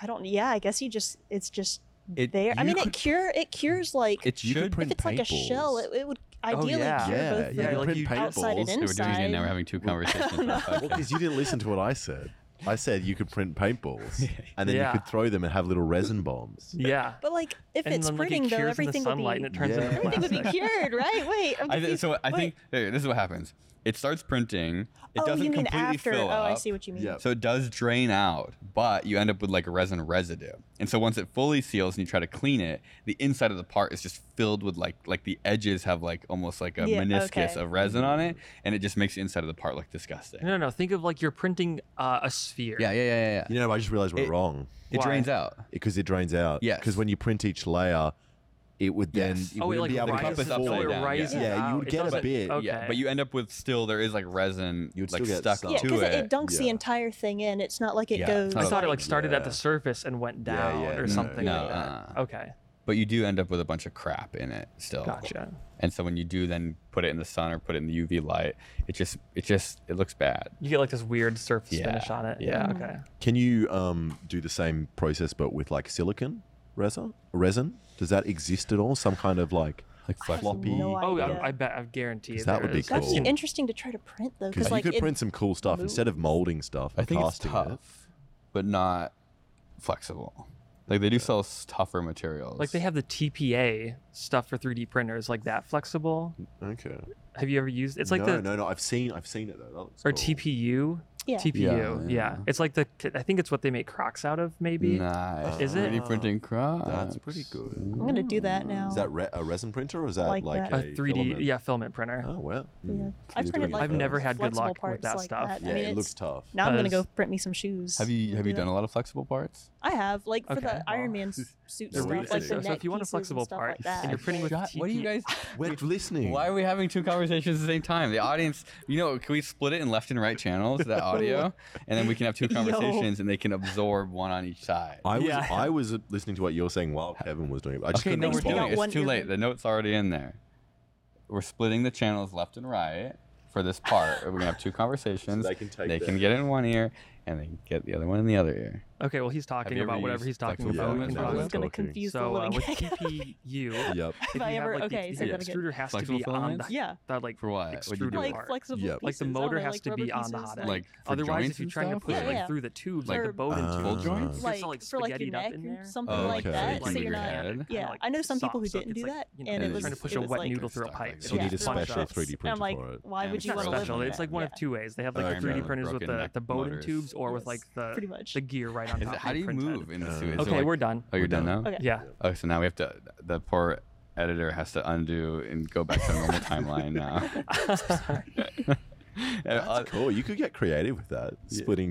I don't yeah, I guess you just it's just It- there. I you mean could- it cure it cures like It You should could if print it's like a shell, paintballs. it, it would Oh, ideally yeah. cure yeah, both yeah, of you them. like print you- outside and paintballs. in- So we're doing it inside. now. We're having two conversations. on the Well, podcast. because you didn't listen to what I said. I said you could print paintballs, and then Yeah. you could throw them and have little resin bombs. Yeah. But like if and it's then like, it printing though, cures in the everything will sunlight be and it turns into Yeah. everything will be plastic. cured, right? Wait, I'm I th- confused. so I Wait. think hey, this is what happens. It starts printing. It oh, doesn't you mean completely after? fill Oh, I up, see what you mean. Yeah. So it does drain out, but you end up with like a resin residue. And so once it fully seals and you try to clean it, the inside of the part is just filled with like like the edges have like almost like a Yeah, meniscus okay. Mm-hmm. of resin on it, and it just makes the inside of the part look disgusting. No, no, no. Think of like you're printing uh, a sphere. Yeah, yeah, yeah, yeah. yeah. You know, I just realized we're It- wrong It Why? drains out. because it drains out. Yes. Because when you print each layer, it would then Yes. it Oh, it wouldn't like be able to rises get rises, up. oh, upside it down, yeah. rises Yeah, you out. would It get a doesn't- bit. Okay. Yeah, but you end up with still there is like resin You would like still get stuck some. Yeah, to because it. it, it dunks the Yeah. entire thing in. It's not like it Yeah, goes. it's not I thought it Oh, like started at yeah. the surface and went Yeah, down yeah, or no, uh, something Mm, no, like that. uh-uh. okay, But you do end up with a bunch of crap in it still. gotcha. And so when you do then put it in the sun or put it in the UV light, it just it just it looks bad. You get like this weird surface Yeah, finish on it. yeah. Yeah, okay. Can you um, do the same process but with like silicon resin? Resin? Does that exist at all? Some kind of like Like I have floppy. no Oh, idea. I, I bet I guarantee 'Cause it. that would be That'd cool. be interesting to try to print though, Because because like you could it- print some cool stuff instead of molding stuff. I and think it's casting it. tough, but not flexible. Like they do sell s- tougher materials. Like they have the TPA stuff for 3D printers, like that flexible. Okay. Have you ever used? It's like no, the no, no. I've seen, I've seen it though. That looks or cool. TPU. Yeah. TPU. Yeah, Yeah, yeah. It's like the. I think it's what they make Crocs out of, maybe. nice. Is it? 3D printing crops? That's pretty good. I'm gonna do that now. Is that re- a resin printer or is that like, Like that. A a 3D, filament? yeah, filament printer. Oh wow. Yeah. I It's printed really like I've never had good flexible luck with parts that like stuff. that. Yeah, I mean, it it's- looks tough. now I'm gonna go Because- print me some shoes. Have you have you done a lot of flexible parts? I have like for Okay, the Iron well. Man s- suit They're stuff, really like the sick. neck So if you want a pieces and flexible stuff part like that. and you're printing with God, what are you TPA guys? We're listening. Why are we having two conversations at the same time? The audience, you know, can we split it in left and right channels that audio, and then we can have two Yo. conversations and they can absorb one on each side. I was Yeah. I was listening to what you were saying while Kevin was doing it. but I just okay, couldn't no, we're we doing got it. It's one too late. earring. The note's already in there. We're splitting the channels left and right for this part. We're gonna have two conversations. they can take They can that. get it in one ear, and they can get the other one in the other ear. Okay, well, he's talking you about ever whatever used he's talking flexible about. filament? we can No, I talk was that's about gonna okay. it. confuse the So uh, living with heck out- TPU, if Yep. you have, I ever- like, the- okay, the, say that again. extruder has Flexible to be on filaments? the Yeah, that like For what? What'd you extruder do? like part. flexible Yep. like pieces. the I don't motor know, has like to be rubber on the pieces, hot end. like- Like for Otherwise, joints if you're and trying to stuff? put Yeah, it like yeah. through the tube, Like like For- the boat Ah. and Full tube, joints? it's like all, like for like your spaghettied up neck in or there. something Oh, like okay. that. Like so you're your not. head? Yeah, Kinda like I know some people who soft, so didn't it's do like, that, you know, and and it was it's trying to push it a was wet like- noodle through a stuck pipe. like So It's you Yeah. need a It's one special shot. 3D And I'm printer like, for it. why And would It's you not want to special. live? It's like one of Yeah. two ways. They have Iron like 3D Man, printers with broken the neck the Bowden motors. tubes or with Yes, like pretty the much. the gear right on Is top. it, how do you pre-printed. move in the Uh, suit? Is it Okay, like- we're done. Oh, you're done now. Okay. Yeah. Oh, so now we have to. The poor editor has to undo and go back to the normal timeline now. And au- That's cool. You could get creative with that. Splitting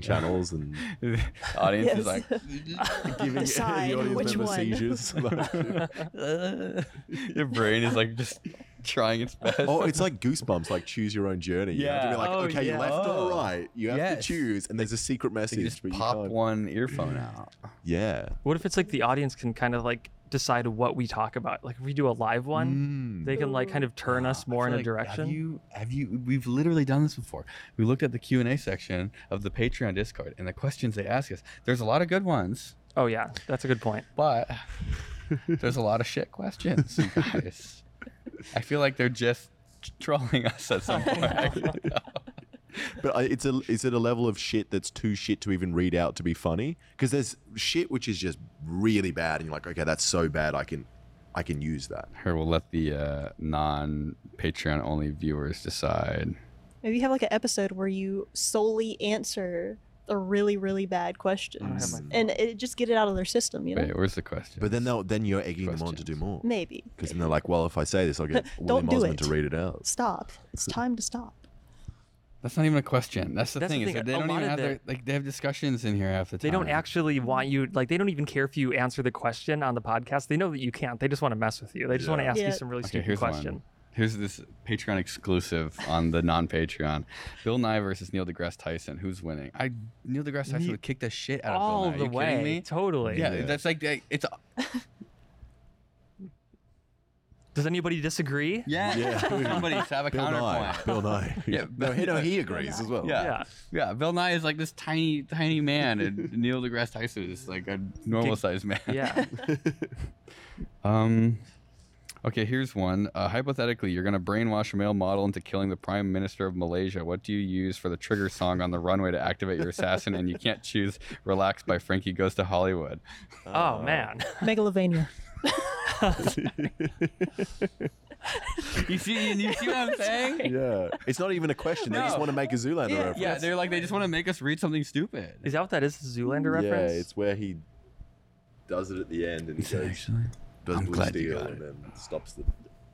channels and the audience is Yes. like, giving Decide which member one. seizures. Like- your brain is like just trying its best. oh, it's like goosebumps. Like choose your own journey. You have to be Yeah. like, Oh, okay, yeah. left Oh. or right. You have Yes. to choose, and there's a secret you message. just but pop you can't. one earphone out. Yeah. What if it's like the audience can kind of like decide what we talk about? Like if we do a live one, Mm. they can like kind of turn us more in a direction. Have you? Have you? We've literally done this before. We looked at the Q and A section of the Patreon Discord and the questions they ask us. There's a lot of good ones, Oh yeah, that's a good point. but there's a lot of shit questions, you guys. I feel like they're just trolling us at some point. I don't know. But I, it's a is it a level of shit that's too shit to even read out to be funny? Because there's shit which is just really bad, and you're like, okay, that's so bad, I can, I can use that. Here, we'll let the uh, non Patreon only viewers decide. Maybe you have like an episode where you solely answer a really, really bad I don't have my question, phone. and it just get it out of their system, you know? Wait, where's the question? But then they'll then you're egging them on to do Questions. more. Maybe. Because then they're like, well, if I say this, I'll get William do Osmond it. to read it out. Stop. It's time to stop. that's not even a question. That's the That's the thing. is thing, that they a don't lot even of have their the- like they have discussions in here half the They time. don't actually want you like they don't even care if you answer the question on the podcast. They know that you can't. They just want to mess with you. They just want to Yeah. ask Yeah. you some really Okay, stupid here's question. one. Here's this Patreon exclusive on the non-Patreon. Bill Nye versus Neil deGrasse Tyson. Who's winning? I Neil deGrasse Tyson Ne- would kick the shit out of All Bill Nye. Are the you kidding way. me? Totally. Yeah, Yeah. that's like they- it's. Does anybody disagree? Yeah, Yeah. somebody have a Bill Nye. counterpoint. Bill Nye. Yeah, no, he, no, he agrees as well. Yeah. Yeah. yeah, Bill Nye is like this tiny, tiny man, and Neil deGrasse Tyson is like a normal-sized man. Yeah. Um, okay, here's one. Uh, hypothetically, you're going to brainwash a male model into killing the prime minister of Malaysia. What do you use for the trigger song on the runway to activate your assassin? and you can't choose "Relax" by Frankie Goes to Hollywood. Uh, oh man. Megalovania. You see, you see what I'm saying? Yeah. It's not even a question. They just No. want to make a Zoolander reference. Yeah, they're like they just want to make us read something stupid. Is that what that is? The Zoolander reference? Yeah, it's where he does it at the end and he goes, does I'm Blue glad you Steel got and then stops the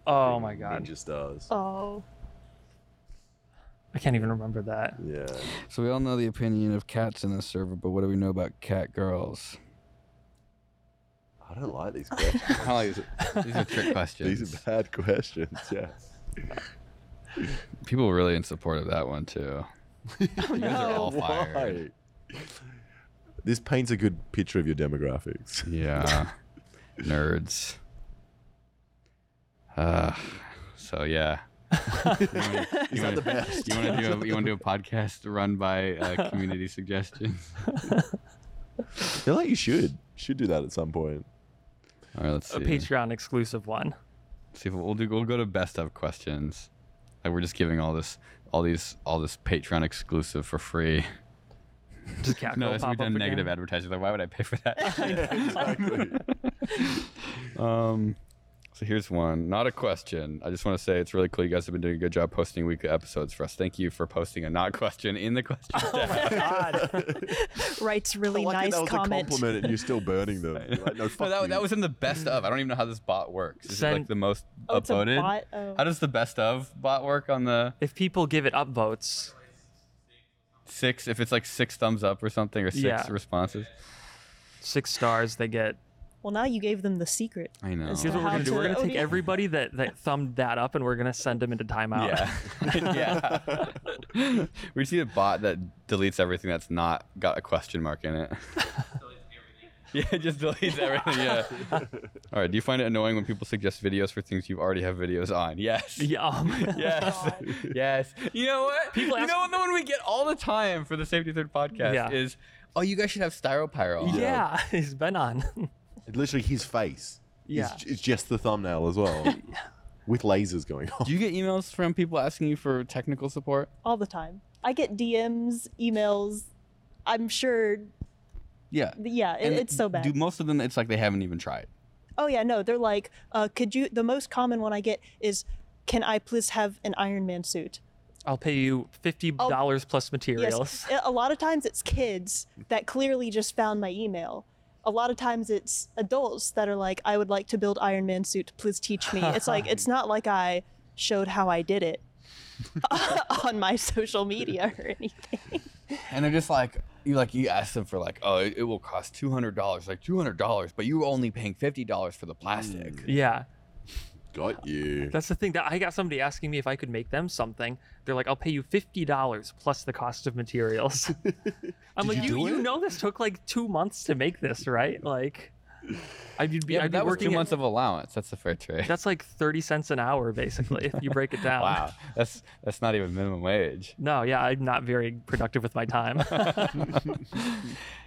oh my god. Ninja Stars. Oh. I can't even remember that. Yeah. So we all know the opinion of cats in this server, but what do we know about cat girls? I don't like these questions. These are trick questions. these are bad questions. Yeah. People were really in support of that one too. you guys are all fired. Why? This paints a good picture of your demographics. Yeah. Nerds. Uh, so yeah. you want to do a, you want to do a podcast run by uh, community suggestions? I feel like you should. Should do that at some point. All right, let's A see. Patreon exclusive one. see if we'll do. We'll go to best of questions. Like we're just giving all this, all these, all this Patreon exclusive for free. Just cat No, girl that's- pop we've up done negative again. advertising. Like, why would I pay for that? exactly. um, so here's one. Not a question. I just want to say it's really cool. You guys have been doing a good job posting weekly episodes for us. Thank you for posting a not question in the question. tab. Writes really I like it, nice that was a comment. compliment, and you're still burning them. You're like, no, fuck no, that, you. that was in the best of. I don't even know how this bot works. Is it like Send- the most Oh, it's a upvoted? bot? Oh. How does the best of bot work on the If people give it upvotes, six? If it's like six thumbs up or something, or six Yeah. responses. six stars, they get. Well, now you gave them the secret. I know. as to Here's what we're how gonna do. We're to- gonna take okay. everybody that that thumbed that up, and we're gonna send them into timeout. Oh. yeah. yeah. we just need a bot that deletes everything that's not got a question mark in it. yeah, it just deletes everything. Yeah. All right. Do you find it annoying when people suggest videos for things you already have videos on? Yes. Yeah. um, Yes. yes. You know what? People you ask- know what the one we get all the time for the Safety Third podcast Yeah. is, oh, you guys should have Styropyro on. yeah. He's been on. literally his face. Yeah. It's, it's just the thumbnail as well, with lasers going on. Do you get emails from people asking you for technical support? all the time. I get DMs, emails. I'm sure. Yeah. Yeah, it, And it's so bad. Do most of them? It's like they haven't even tried. oh yeah, no, they're like, uh, could you? The most common one I get is, can I please have an Iron Man suit? I'll pay you fifty dollars plus materials. Yes. A- A lot of times it's kids that clearly just found my email. A lot of times it's adults that are like, I would like to build Iron Man suit. Please teach me. It's like it's not like I showed how I did it on my social media or anything. and they're just like you like you ask them for like oh it, it will cost two hundred dollars like two hundred dollars but you're only paying fifty dollars for the plastic Yeah. Got you. That's the thing that I got somebody asking me if I could make them something. They're like, "I'll pay you fifty dollars plus the cost of materials." I'm like, you "You, do you it?" know this took like two months to make this, right? Like, I'd be, yeah I'd but be that was working two at- months of allowance that's a fair trade That's like thirty cents an hour, basically, if you break it down. wow that's that's not even minimum wage No, yeah, I'm not very productive with my time.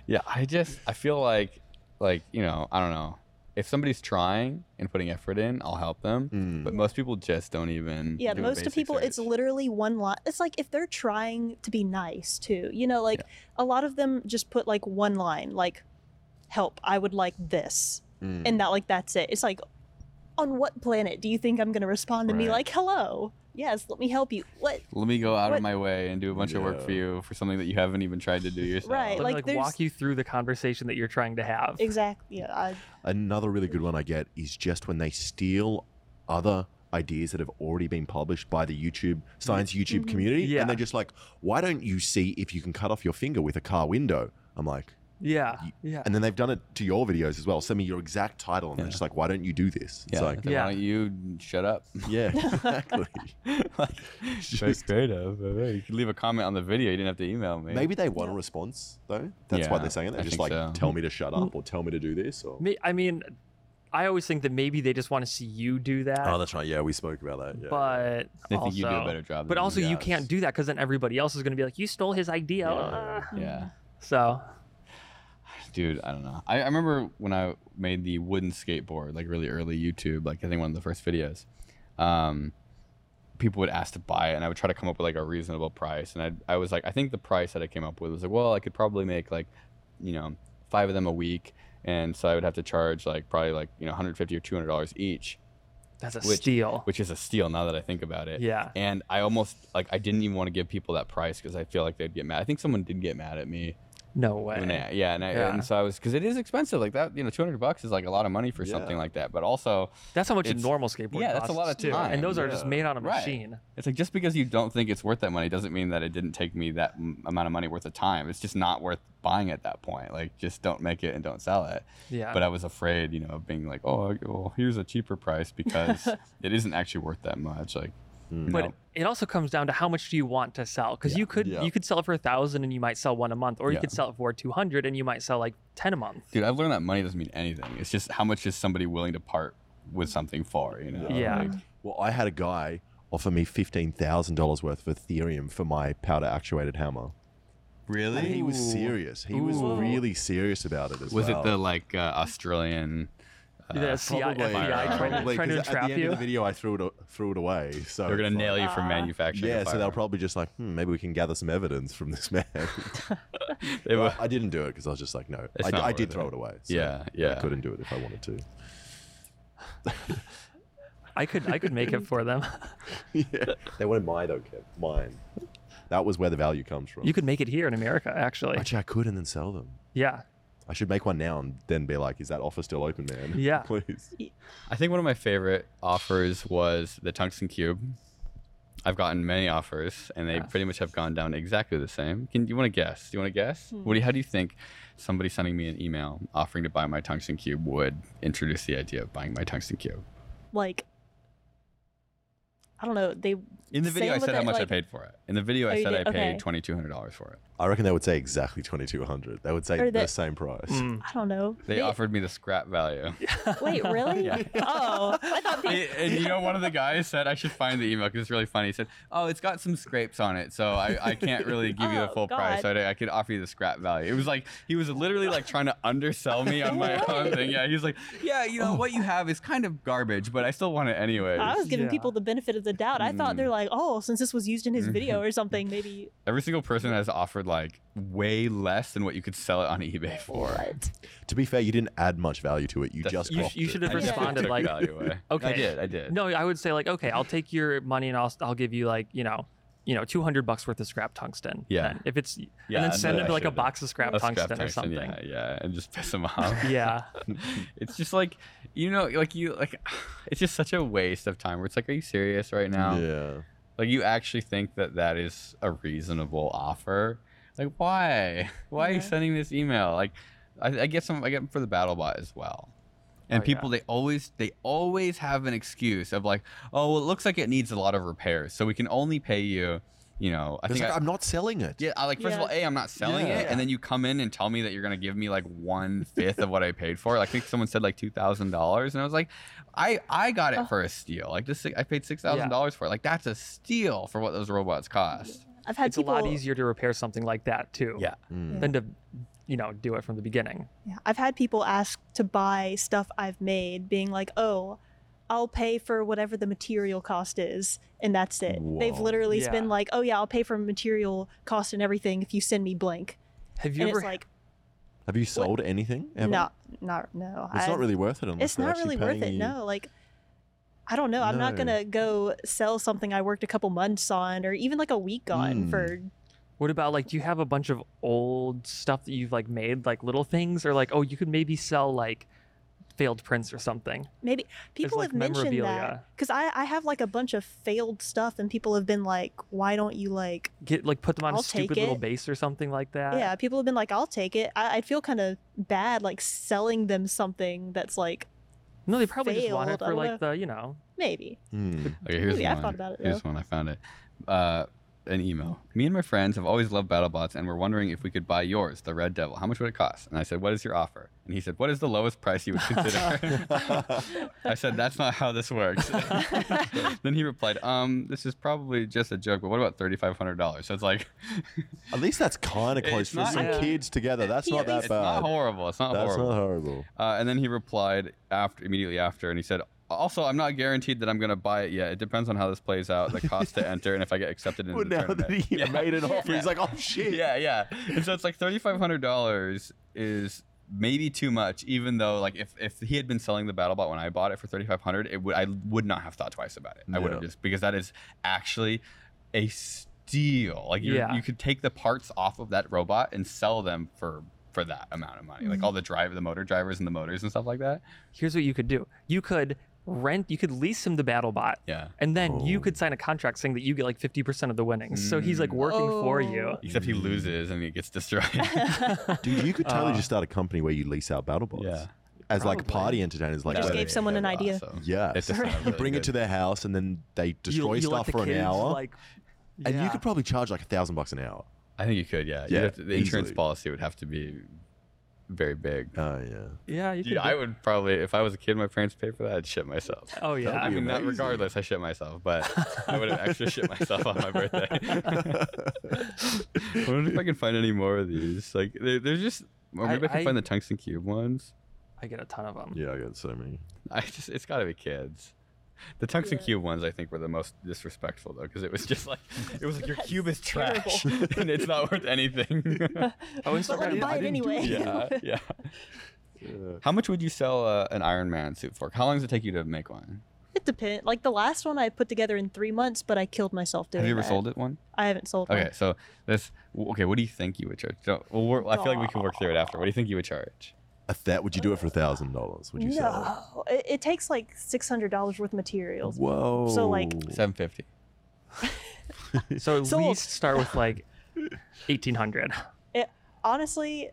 yeah I just I feel like like you know I don't know if somebody's trying and putting effort in I'll help them Hmm, but most people just don't even Yeah, do a most of basic people, it's search. literally one line. It's like if they're trying to be nice too, you know, like a lot of them just put like one line, like "Help, I would like this," hmm. and that like that's it. It's like, on what planet do you think I'm gonna respond and be Right. like, "Hello, yes, let me help you"? What? let me go out of What- my way and do a bunch of work for Yeah. you for something that you haven't even tried to do yourself Right, Let me, like, like there's- walk you through the conversation that you're trying to have. Exactly. Yeah, I, Another really good one I get is just when they steal other ideas that have already been published by the YouTube science YouTube community, Yeah. and they're just like, "Why don't you see if you can cut off your finger with a car window?" I'm like, Yeah, yeah. and then they've done it to your videos as well. Send me your exact title, and they're just like, "Why don't you do this?" It's yeah, like, then Yeah. why don't you shut up yeah, exactly. like, Just- creative. You could leave a comment on the video. You didn't have to email me. Maybe they want a response though. That's why Yeah, they're saying it. They're I just think like, so. "Tell me to shut up," or "Tell me to do this," or Me- I mean, I always think that maybe they just want to see you do that. Oh, that's right. Yeah, we spoke about that. Yeah. but They also, think you do a better job But than also, he you does. can't do that because then everybody else is going to be like, "You stole his idea." Yeah. uh." Yeah, So dude. I don't know. I, I remember when I made the wooden skateboard, like really early YouTube, like I think one of the first videos. Um, people would ask to buy it, and I would try to come up with like a reasonable price. And I, I was like, I think the price that I came up with was like, well, I could probably make like, you know, five of them a week, and so I would have to charge like probably like you know 150 or 200 dollars each. that's a Which- steal. which is a steal now that I think about it. Yeah. And I almost like I didn't even want to give people that price because I feel like they'd get mad. I think someone did get mad at me. no way. When I, yeah, and I, Yeah. and so I was because it is expensive. Like that, you know, two hundred bucks is like a lot of money for something Yeah. like that. But also, That's how much a It's- normal skateboard. yeah, that's a costs, lot of too. time, and those are just yeah. made on a Right. machine. it's like just because you don't think it's worth that money doesn't mean that it didn't take me that m- amount of money worth of time. It's just not worth buying at that point. Like just don't make it and don't sell it. Yeah. But I was afraid, you know, of being like, oh, well, here's a cheaper price because it isn't actually worth that much. Like, Mm. But no. it also comes down to how much do you want to sell? Because you could Yeah. you could sell it for a thousand and you might sell one a month, or you Yeah. could sell it for two hundred and you might sell like ten a month. dude i've learned that money doesn't mean anything it's just how much is somebody willing to part with something for you know Yeah. Like, Well, I had a guy offer me fifteen thousand dollars worth of Ethereum for my powder actuated hammer. really And he was serious. He was Ooh. really serious about it as was well. it the like uh, australian the CI, Probably, uh, FBI trying, probably, to, trying to 'cause at entrap the end you. of the video, I threw it threw it away. So They're gonna it's like- nail you for Ah. manufacturing. Uh, Yeah, a so they'll firearm. probably just like, hmm, maybe we can gather some evidence from this man. They will- But I didn't do it because I was just like, no, It's I, not I did worth throw it. it away. So yeah, I yeah. couldn't do it if I wanted to. I could I could make it for them. yeah. They wanted my though, Kev. Mine. That was where the value comes from. you could make it here in America, actually. Actually, I could and then sell them. Yeah, I should make one now and then be like, is that offer still open, man? Yeah. Please. I think one of my favorite offers was the tungsten cube. I've gotten many offers, and they Yeah. pretty much have gone down exactly the same. Can you want to guess? Do you want to guess? Hmm. What do you, how do you think somebody sending me an email offering to buy my tungsten cube would introduce the idea of buying my tungsten cube? Like, I don't know. They Hmm. In the video, Same I with said how it, much I like- paid for it. In the video, Oh, I you said I did? paid Okay. twenty two hundred dollars for it. I reckon they would say exactly 2200 They would say Or the that- same price. Hmm. Mm. I don't know. They offered me the scrap value. Wait, really? Yeah. Oh, I thought they. and and you know, one of the guys said I should find the email because it's really funny. He said, "Oh, it's got some scrapes on it, so I, I can't really give you the Oh, full price. So God. I, I could offer you the scrap value." It was like he was literally like trying to undersell me on my own thing. Yeah, he was like, "Yeah, you know what you have is kind of garbage, but I still want it anyways." Oh. I was giving Yeah. people the benefit of the doubt. I thought they're Hmm. like, oh, since this was used in his video or something, maybe. Every single person has offered like way less than what you could sell it on eBay for. What? To be fair, you didn't add much value to it. You That's- just you- clocked you it. should have I just responded took like- value away. Okay. I did, I did. No, I would say like, okay, I'll take your money and I'll I'll give you like you know you know 200 bucks worth of scrap tungsten. Yeah. then. if it's Yeah, and then no, send I them like a should've. box of scrap A scrap tungsten or tungsten, something. Yeah, yeah, and just piss them off. Yeah. it's just like you know like you like it's just such a waste of time where it's like are you serious right now Yeah. like you actually think that that is a reasonable offer like why why are you Yeah. sending this email like i, I get some i get them for the battle bot as well and Oh, people they always they always have an excuse of like oh well it looks like it needs a lot of repairs so we can only pay you you know i It's think like, I- I'm not selling it. yeah, I like first of all, Yeah. a I'm not selling Yeah. it, and then you come in and tell me that you're gonna give me like one fifth of what I paid for. it. Like, I think someone said like two thousand dollars, and I was like, I I got it for a steal. Like this, I paid six thousand dollars for it. Like that's a steal for what those robots cost. I've had It's a people. lot easier to repair something like that too. Yeah. Mm. Than to you know do it from the beginning. Yeah, I've had people ask to buy stuff I've made, being like, oh, I'll pay for whatever the material cost is, and that's it. They've Whoa. literally been Yeah. like, oh, yeah, I'll pay for material cost and everything if you send me blank. Have you And ever it's like, Have you sold anything? Ever? no, not, no. It's I- not really worth it unless it's they're not actually really worth paying it. you. No, like I don't know. I'm not No. gonna go sell something I worked a couple months on or even like a week on Mm. for. What about like do you have a bunch of old stuff that you've like made like little things or like oh you could maybe sell like failed prints or something. Maybe people like have mentioned memorabilia. that because I, I have like a bunch of failed stuff and people have been like, why don't you like? Get like put them on a I'll take stupid little it. base or something like that. yeah, people have been like, I'll take it. I, I'd feel kind of bad like selling them something that's like No, they probably just want it Failed, I for don't like the you know maybe. Mm. Okay, here's Ooh, the yeah, I one. thought about it, here's one. I found it. Uh, an email. Me and my friends have always loved BattleBots, and we're wondering if we could buy yours, the Red Devil. How much would it cost? And I said, "What is your offer?" And he said, "What is the lowest price you would consider?" Hmm. I said, "That's not how this works." then he replied, "Um, this is probably just a joke, but what about thirty-five hundred dollars?" So it's like, At least that's kind of It's close. For not- some Yeah. kids together, that's He not at that it's bad. not horrible. It's not that's horrible. not horrible. Uh, and then he replied after immediately after, and he said, "Also, I'm not guaranteed that I'm going to buy it yet. It depends on how this plays out, the cost to enter, and if I get accepted into Well, the now that tournament." he yeah. made an offer, he's like, oh shit. yeah, yeah. And so it's like thirty-five hundred dollars is maybe too much, even though like if, if he had been selling the BattleBot when I bought it for thirty-five hundred, it would I would not have thought twice about it. I would have No. just because that is actually a steal. Like you Yeah. you could take the parts off of that robot and sell them for for that amount of money, like all the drive, the motor drivers and the motors and stuff like that. here's what you could do you could rent you could lease him the battle bot Yeah. and then you Oh. could sign a contract saying that you get like 50% of the winnings so he's like Mm. working for you Oh. Except he loses and it gets destroyed. Dude, you could totally Uh, just start a company where you lease out battle bots Yeah. as like Probably. party entertainers. Like, Just where gave they- someone an idea. yeah, It's just not you really bring it good. to their house and then they You- destroy you let stuff the for an kids, hour. like And you yeah. could probably charge like a thousand bucks an hour. I think you could, yeah. You'd Yeah, have to- the insurance easily. policy would have to be very big. Oh yeah. yeah you could Dude, I do- would probably, if I was a kid, my parents paid for that. I'd shit myself. oh yeah I be mean, not amazing. regardless, I shit myself, but I would have extra shit myself on my birthday. I wonder if I can find any more of these. Like, there- there's just, or I- maybe I, can I- find the tungsten cube ones. I I get a ton of them. Yeah, I got so many. I just it's got to be kids. The Tunks and Yeah. Cube ones I think were the most disrespectful though, because it was just like it was like your That's cube is trash terrible. and it's not worth anything. Oh, But let Instagram. me buy I it didn't do anyway. yeah, yeah. How much would you sell uh, an Iron Man suit for? How long does it take you to make one? It depends. Like the last one I put together in three months, but I killed myself doing Have you ever that. sold it one? I haven't sold Okay, one. so this okay. What do you think you would charge? Don't, well, we're, I feel like we can work through it after. What do you think you would charge? A that would you do it for a thousand dollars? Would you sell no, it, it takes like six hundred dollars worth of it? materials. Whoa. So, like- Seven fifty. So at Sold. least start with like 1800. Honestly,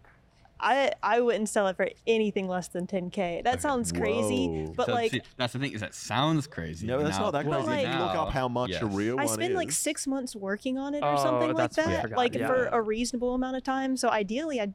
I I wouldn't sell it for anything less than ten k. That sounds crazy, Whoa. but So, like see, that's the thing is that sounds crazy. no, that's now- not that Well, crazy. if like- you look up how much Yes. a real I one spend is. like six months working on it or Oh, something like that's what I that, forgot, like yeah. for a reasonable amount of time. So ideally, I'd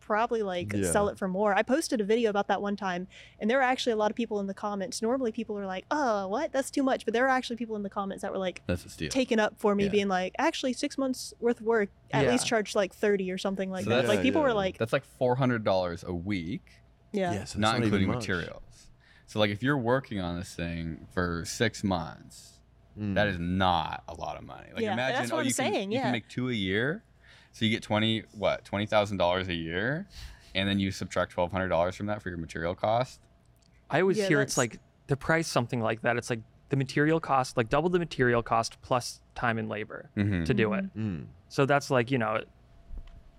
probably like Yeah. sell it for more. I posted a video about that one time, and there were actually a lot of people in the comments. Normally, people are like, "Oh, what? That's too much," but there were actually people in the comments that were like That's a steal. taken up for me, Yeah. being like, "Actually, six months worth of work at Yeah. least charged like thirty or something like So that." that's- Like people Yeah, were yeah. like, That's like four hundred dollars a week. "Yeah, Yeah, so that's not even including much. materials. So like if you're working on this thing for six months, Mm. that is not a lot of money. Like Yeah, imagine that's what oh, I'm you can, saying, you yeah. can make two a year. So you get twenty what, twenty thousand dollars a year, and then you subtract twelve hundred dollars from that for your material cost. I always Yeah, hear it's that's- like the price something like that. It's like the material cost, like double the material cost plus time and labor Mm-hmm. to do it. Mm. So that's like, you know,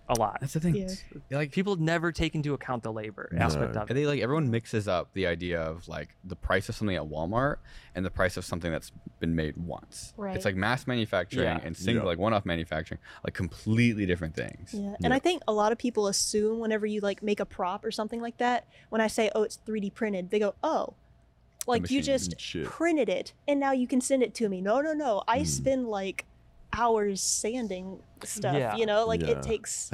a lot. That's the thing. Yeah. Like people People never take into account the labor aspect No. of I it. think like everyone mixes up the idea of like the price of something at Walmart and the price of something that's been made once. Right. It's like mass manufacturing Yeah. and single Yeah. like one-off manufacturing, like completely different things. Yeah. And I think a lot of people assume whenever you like make a prop or something like that, when I say, oh, it's 3D printed, they go, oh, like you machine just and shit. printed it and now you can send it to me. No, no, no. I Mm. spend like hours sanding stuff, Yeah. you know, like Yeah. it takes.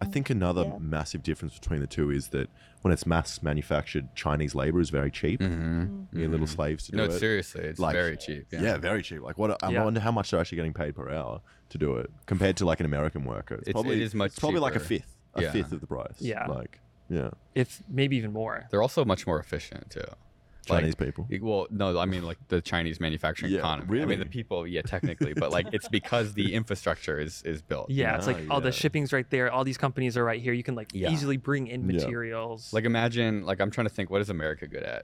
I think another Yeah. massive difference between the two is that when it's mass manufactured, Chinese labor is very cheap. Mm. Mm-hmm. You get little slaves to do No, it. seriously, it's Like- very cheap. Yeah. very cheap. Like what? I Yeah. wonder how much they're actually getting paid per hour to do it compared to like an American worker. It's, It's- probably it is much it's probably like a cheaper. fifth, a Yeah. fifth of the price. Yeah. Like yeah, If maybe even more. They're also much more efficient too. Like, Chinese people. it- well, no, I mean like the Chinese manufacturing Yeah, economy. I really? mean the people, yeah, technically, but like it's because the infrastructure is is built. Yeah, it's Yeah, like all yeah. the shipping's right there. All these companies are right here. You can like Yeah. easily bring in Yeah. materials, Like imagine, like I'm trying to think, what is America good at?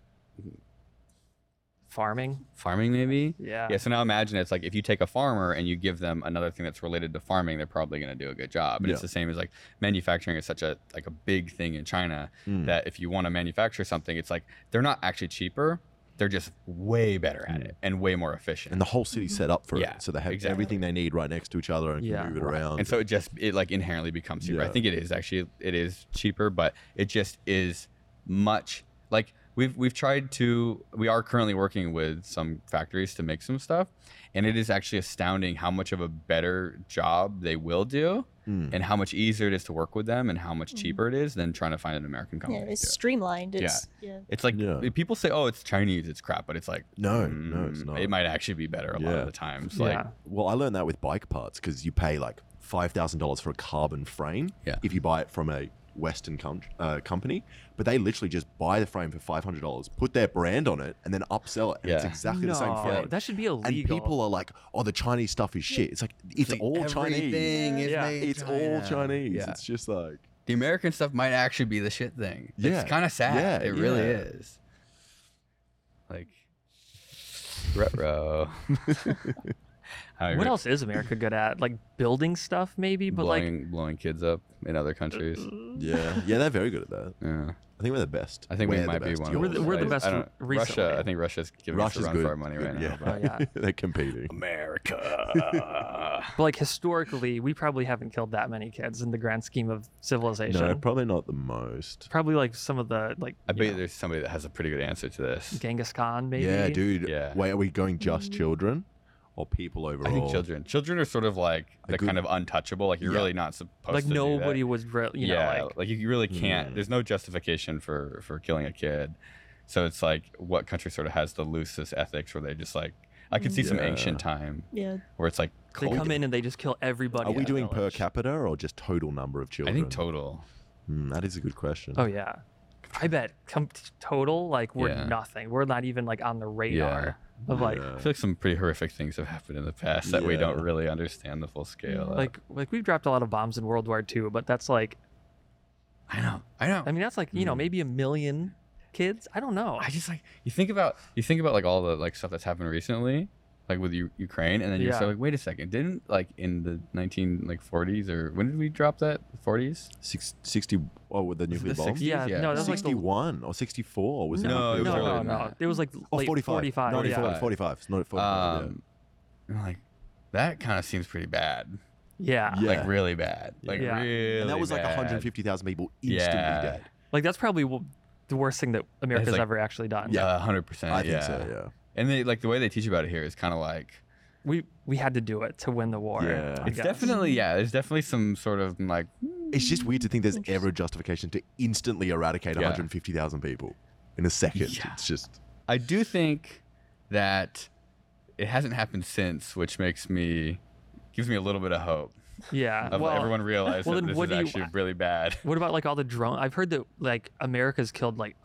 farming. Farming, maybe. Yeah. Yeah, so now imagine it's like if you take a farmer and you give them another thing that's related to farming, they're probably going to do a good job. And it's Yeah. the same as like manufacturing is such a like a big thing in China Mm. that if you want to manufacture something, it's like they're not actually cheaper, they're just way better at it and way more efficient. and the whole city's set up for Yeah, it, so they have exactly. everything they need right next to each other and Yeah. can move it around. and so it just it like inherently becomes cheaper. I Yeah. think it is actually it is cheaper, but it just is much like we've we've tried to we are currently working with some factories to make some stuff, and it is actually astounding how much of a better job they will do, Mm. and how much easier it is to work with them, and how much Mhm. cheaper it is than trying to find an American company. Yeah, to it's do it. streamlined. Yeah. It's, yeah. It's like Yeah. people say, "Oh, it's Chinese, it's crap," but it's like No, no, it's mm, not. It might actually be better a lot Yeah. of the times. yeah. Like, Well, I learned that with bike parts because you pay like five thousand dollars for a carbon frame Yeah. if you buy it from a Western com- uh, company, but they literally just buy the frame for five hundred dollars, put their brand on it, and then upsell it. And It's Yeah. exactly the same No, frame. That should be illegal. and people are like, "Oh, the Chinese stuff is shit." It's like it's like, all Chinese. everything is Yeah. made in It's all China. Chinese. Yeah. It's just like the American stuff might actually be the shit thing. Yeah. It's kind of sad. Yeah, it really yeah. is. Like, retro. what else is America good at? Like building stuff, maybe, but like Uh, blowing, blowing kids up in other countries. Mm-hmm. yeah, yeah. They're very good at that. Yeah. I think we're the best. I think We're we the might be best. one. You're of We're the- those. we're the I- best I don't- re- Russia. recently. I think Russia's giving us Russia's a run good. for our money right yeah. now. but- Oh, yeah. They're competing. America. But like historically, we probably haven't killed that many kids in the grand scheme of civilization. No, probably not the most. Probably like some of the like I you bet know, there's somebody that has a pretty good answer to this. Genghis Khan maybe. Yeah, dude. Yeah. Wait, are we going just Mm. children or people overall? I think children. Children are sort of like A the good- kind of untouchable. Like you're Yeah. really not supposed Like to. do that. nobody was re- you know like hmm. you really can't. Mm. There's no justification for for killing a kid. So it's like what country sort of has the loosest ethics where they just like I could see some Yeah. ancient time Yeah. where it's like they cold. come in and they just kill everybody. Are in we the doing per village. capita or just total number of I children? think total. Hmm, that is a good question. Oh yeah. I bet com- total like we're Yeah. nothing. We're not even like on the radar of like I feel like some pretty horrific things have happened in the past that we don't Yeah. really understand the full scale. of. like like we've dropped a lot of bombs in World War II, but that's like I know, I know. I mean that's like you know Mm. maybe a million kids. I don't know. I just like you think about you think about like all the like stuff that's happened recently, like with U- Ukraine, and then you're Yeah. sort of like, wait a second, didn't like in the 19 like 40s or when did we drop that 40s? Six, 60 oh with the Was it nuclear the bomb 60s? yeah, yeah. no, that's like the, 61 or 64 was it No, it nuclear was no, bomb? earlier no, than no. that. It was like oh late 45 45, not yeah. 45. 45 it's not 45 Um, I'm like that kind of seems pretty bad, Yeah. Yeah. like really bad, like Yeah. And that really. and that was like bad. 150,000 people instantly Yeah. dead Like that's probably w- the worst thing that America's like- ever actually done. Yeah, 100. percent I think so yeah And they like the way they teach about it here is kind of like We we had to do it to win the war. Yeah. I It's it's guess. definitely yeah. There's definitely some sort of like It's just weird to think there's Interesting. ever a justification to instantly eradicate Yeah. 150,000 people in a second. Yeah. It's just I do think that it hasn't happened since, which makes me gives me a little bit of hope yeah. of well, everyone realized well, that then this is what do you- actually really bad. What about like all the drone? I've heard that like America's killed like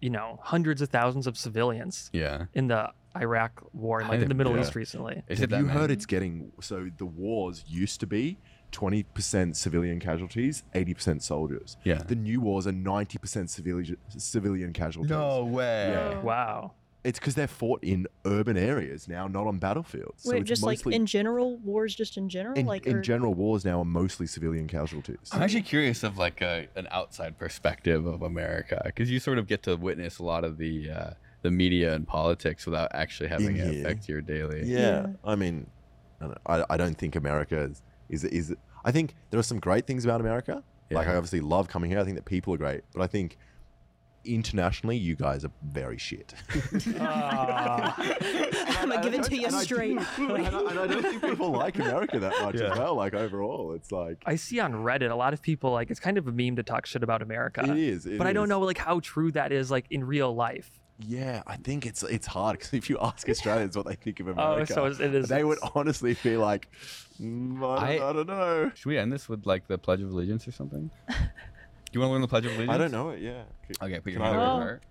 you know hundreds of thousands of civilians Yeah. in the Iraq war, and, like in the Middle Yeah. East recently. Is have it that you many? heard it's getting so the wars used to be 20% civilian casualties, 80% soldiers. Yeah. The new wars are 90% civilian civilian casualties. No way. Yeah. Wow. It's cuz they're fought in urban areas now, not on battlefields. so Wait, it's just like mostly in general, wars just in general, in, like in or- general wars now are mostly civilian casualties. I'm actually curious of like a, an outside perspective of America because you sort of get to witness a lot of the uh, the media and politics without actually having it here. affect your daily. Yeah, Yeah. I mean, I don't, I, I don't think America is, is is I think there are some great things about America. Like Yeah. I obviously love coming here. I think that people are great, but I think internationally, you guys are very shit. Ah. I'm gonna give it to you straight. and, I, and I don't think people like America that much Yeah. as well. Like overall, it's like I see on Reddit a lot of people like it's kind of a meme to talk shit about America. it is. it but I don't is. know like how true that is like in real life. Yeah, I think it's it's hard because if you ask Australians what they think of Oh, America, so it's- it is. they would honestly be like, "Mm, I, don't, I- I don't know. Should we end this with like the Pledge of Allegiance or something? Do you want to learn the Pledge of Allegiance? I don't know it. Yeah. Okay, put your Can I hand over roll? your heart.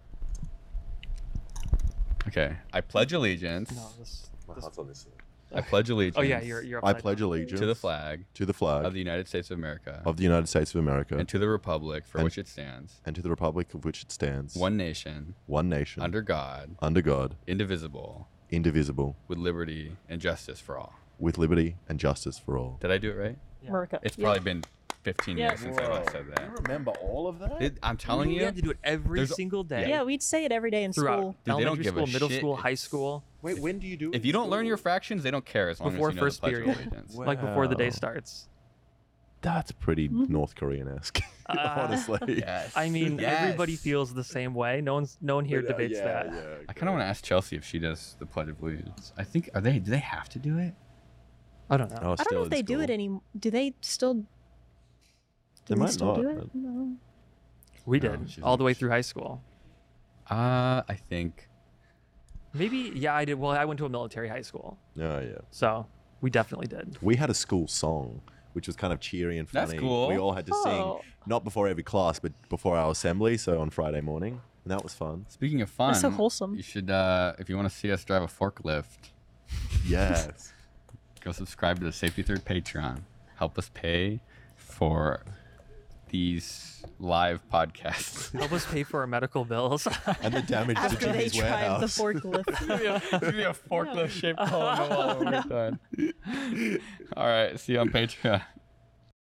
Okay, I pledge allegiance. No, this, this- on this. thing. I pledge allegiance. oh yeah, you're you're. I upside pledge down. allegiance to the flag to the flag of the United States of America of the United States of America and and to, to the republic for And- which it stands, the republic of which it stands, one nation one nation, under God, under God, indivisible, indivisible, with liberty and justice for all. with liberty and justice for all. Did I do it right? Yeah. America. It's Yeah. probably been 15 years since I last said that. remember all of that? It- I'm telling We you, had to do it every there's- single day. yeah. we'd say it every day in Throughout school. Dude, they don't elementary give a school, middle shit. school, high It's- school, Wait, when do you do it? if you don't learn your fractions, they don't care as long Before as you know first the Pledge period. of Allegiance. like before the day Wow. starts. that's pretty North Korean esque, Uh, Ah. honestly. Yes. I mean, Yes. everybody feels the same way. No one's no one here But, uh, debates yeah, that. yeah, I okay. kind of want to ask Chelsea if she does the Pledge of Allegiance. I think are they? Do they have to do it? I don't know. Oh, I don't still know if in they do school. it anymore. Do they still? Do They we might still do not, it? but- No. we No, did she's all not- the way through high school. Uh, I think. Maybe yeah, I did. Well, I went to a military high school, Yeah, Oh, yeah. so we definitely did. We had a school song, which was kind of cheery and funny. That's cool. We all had to Oh. sing, not before every class, but before our assembly, so on Friday morning. And that was fun. Speaking of fun, That's so wholesome. You should, uh, if you want to see us drive a forklift, Yes. go subscribe to the Safety Third Patreon. Help us pay for these live podcasts. Help us pay for our medical bills. and the damage to After they Jimmy's tried the warehouse. forklift. a forklift shaped hole in the wall when we're done. All right, see you on Patreon.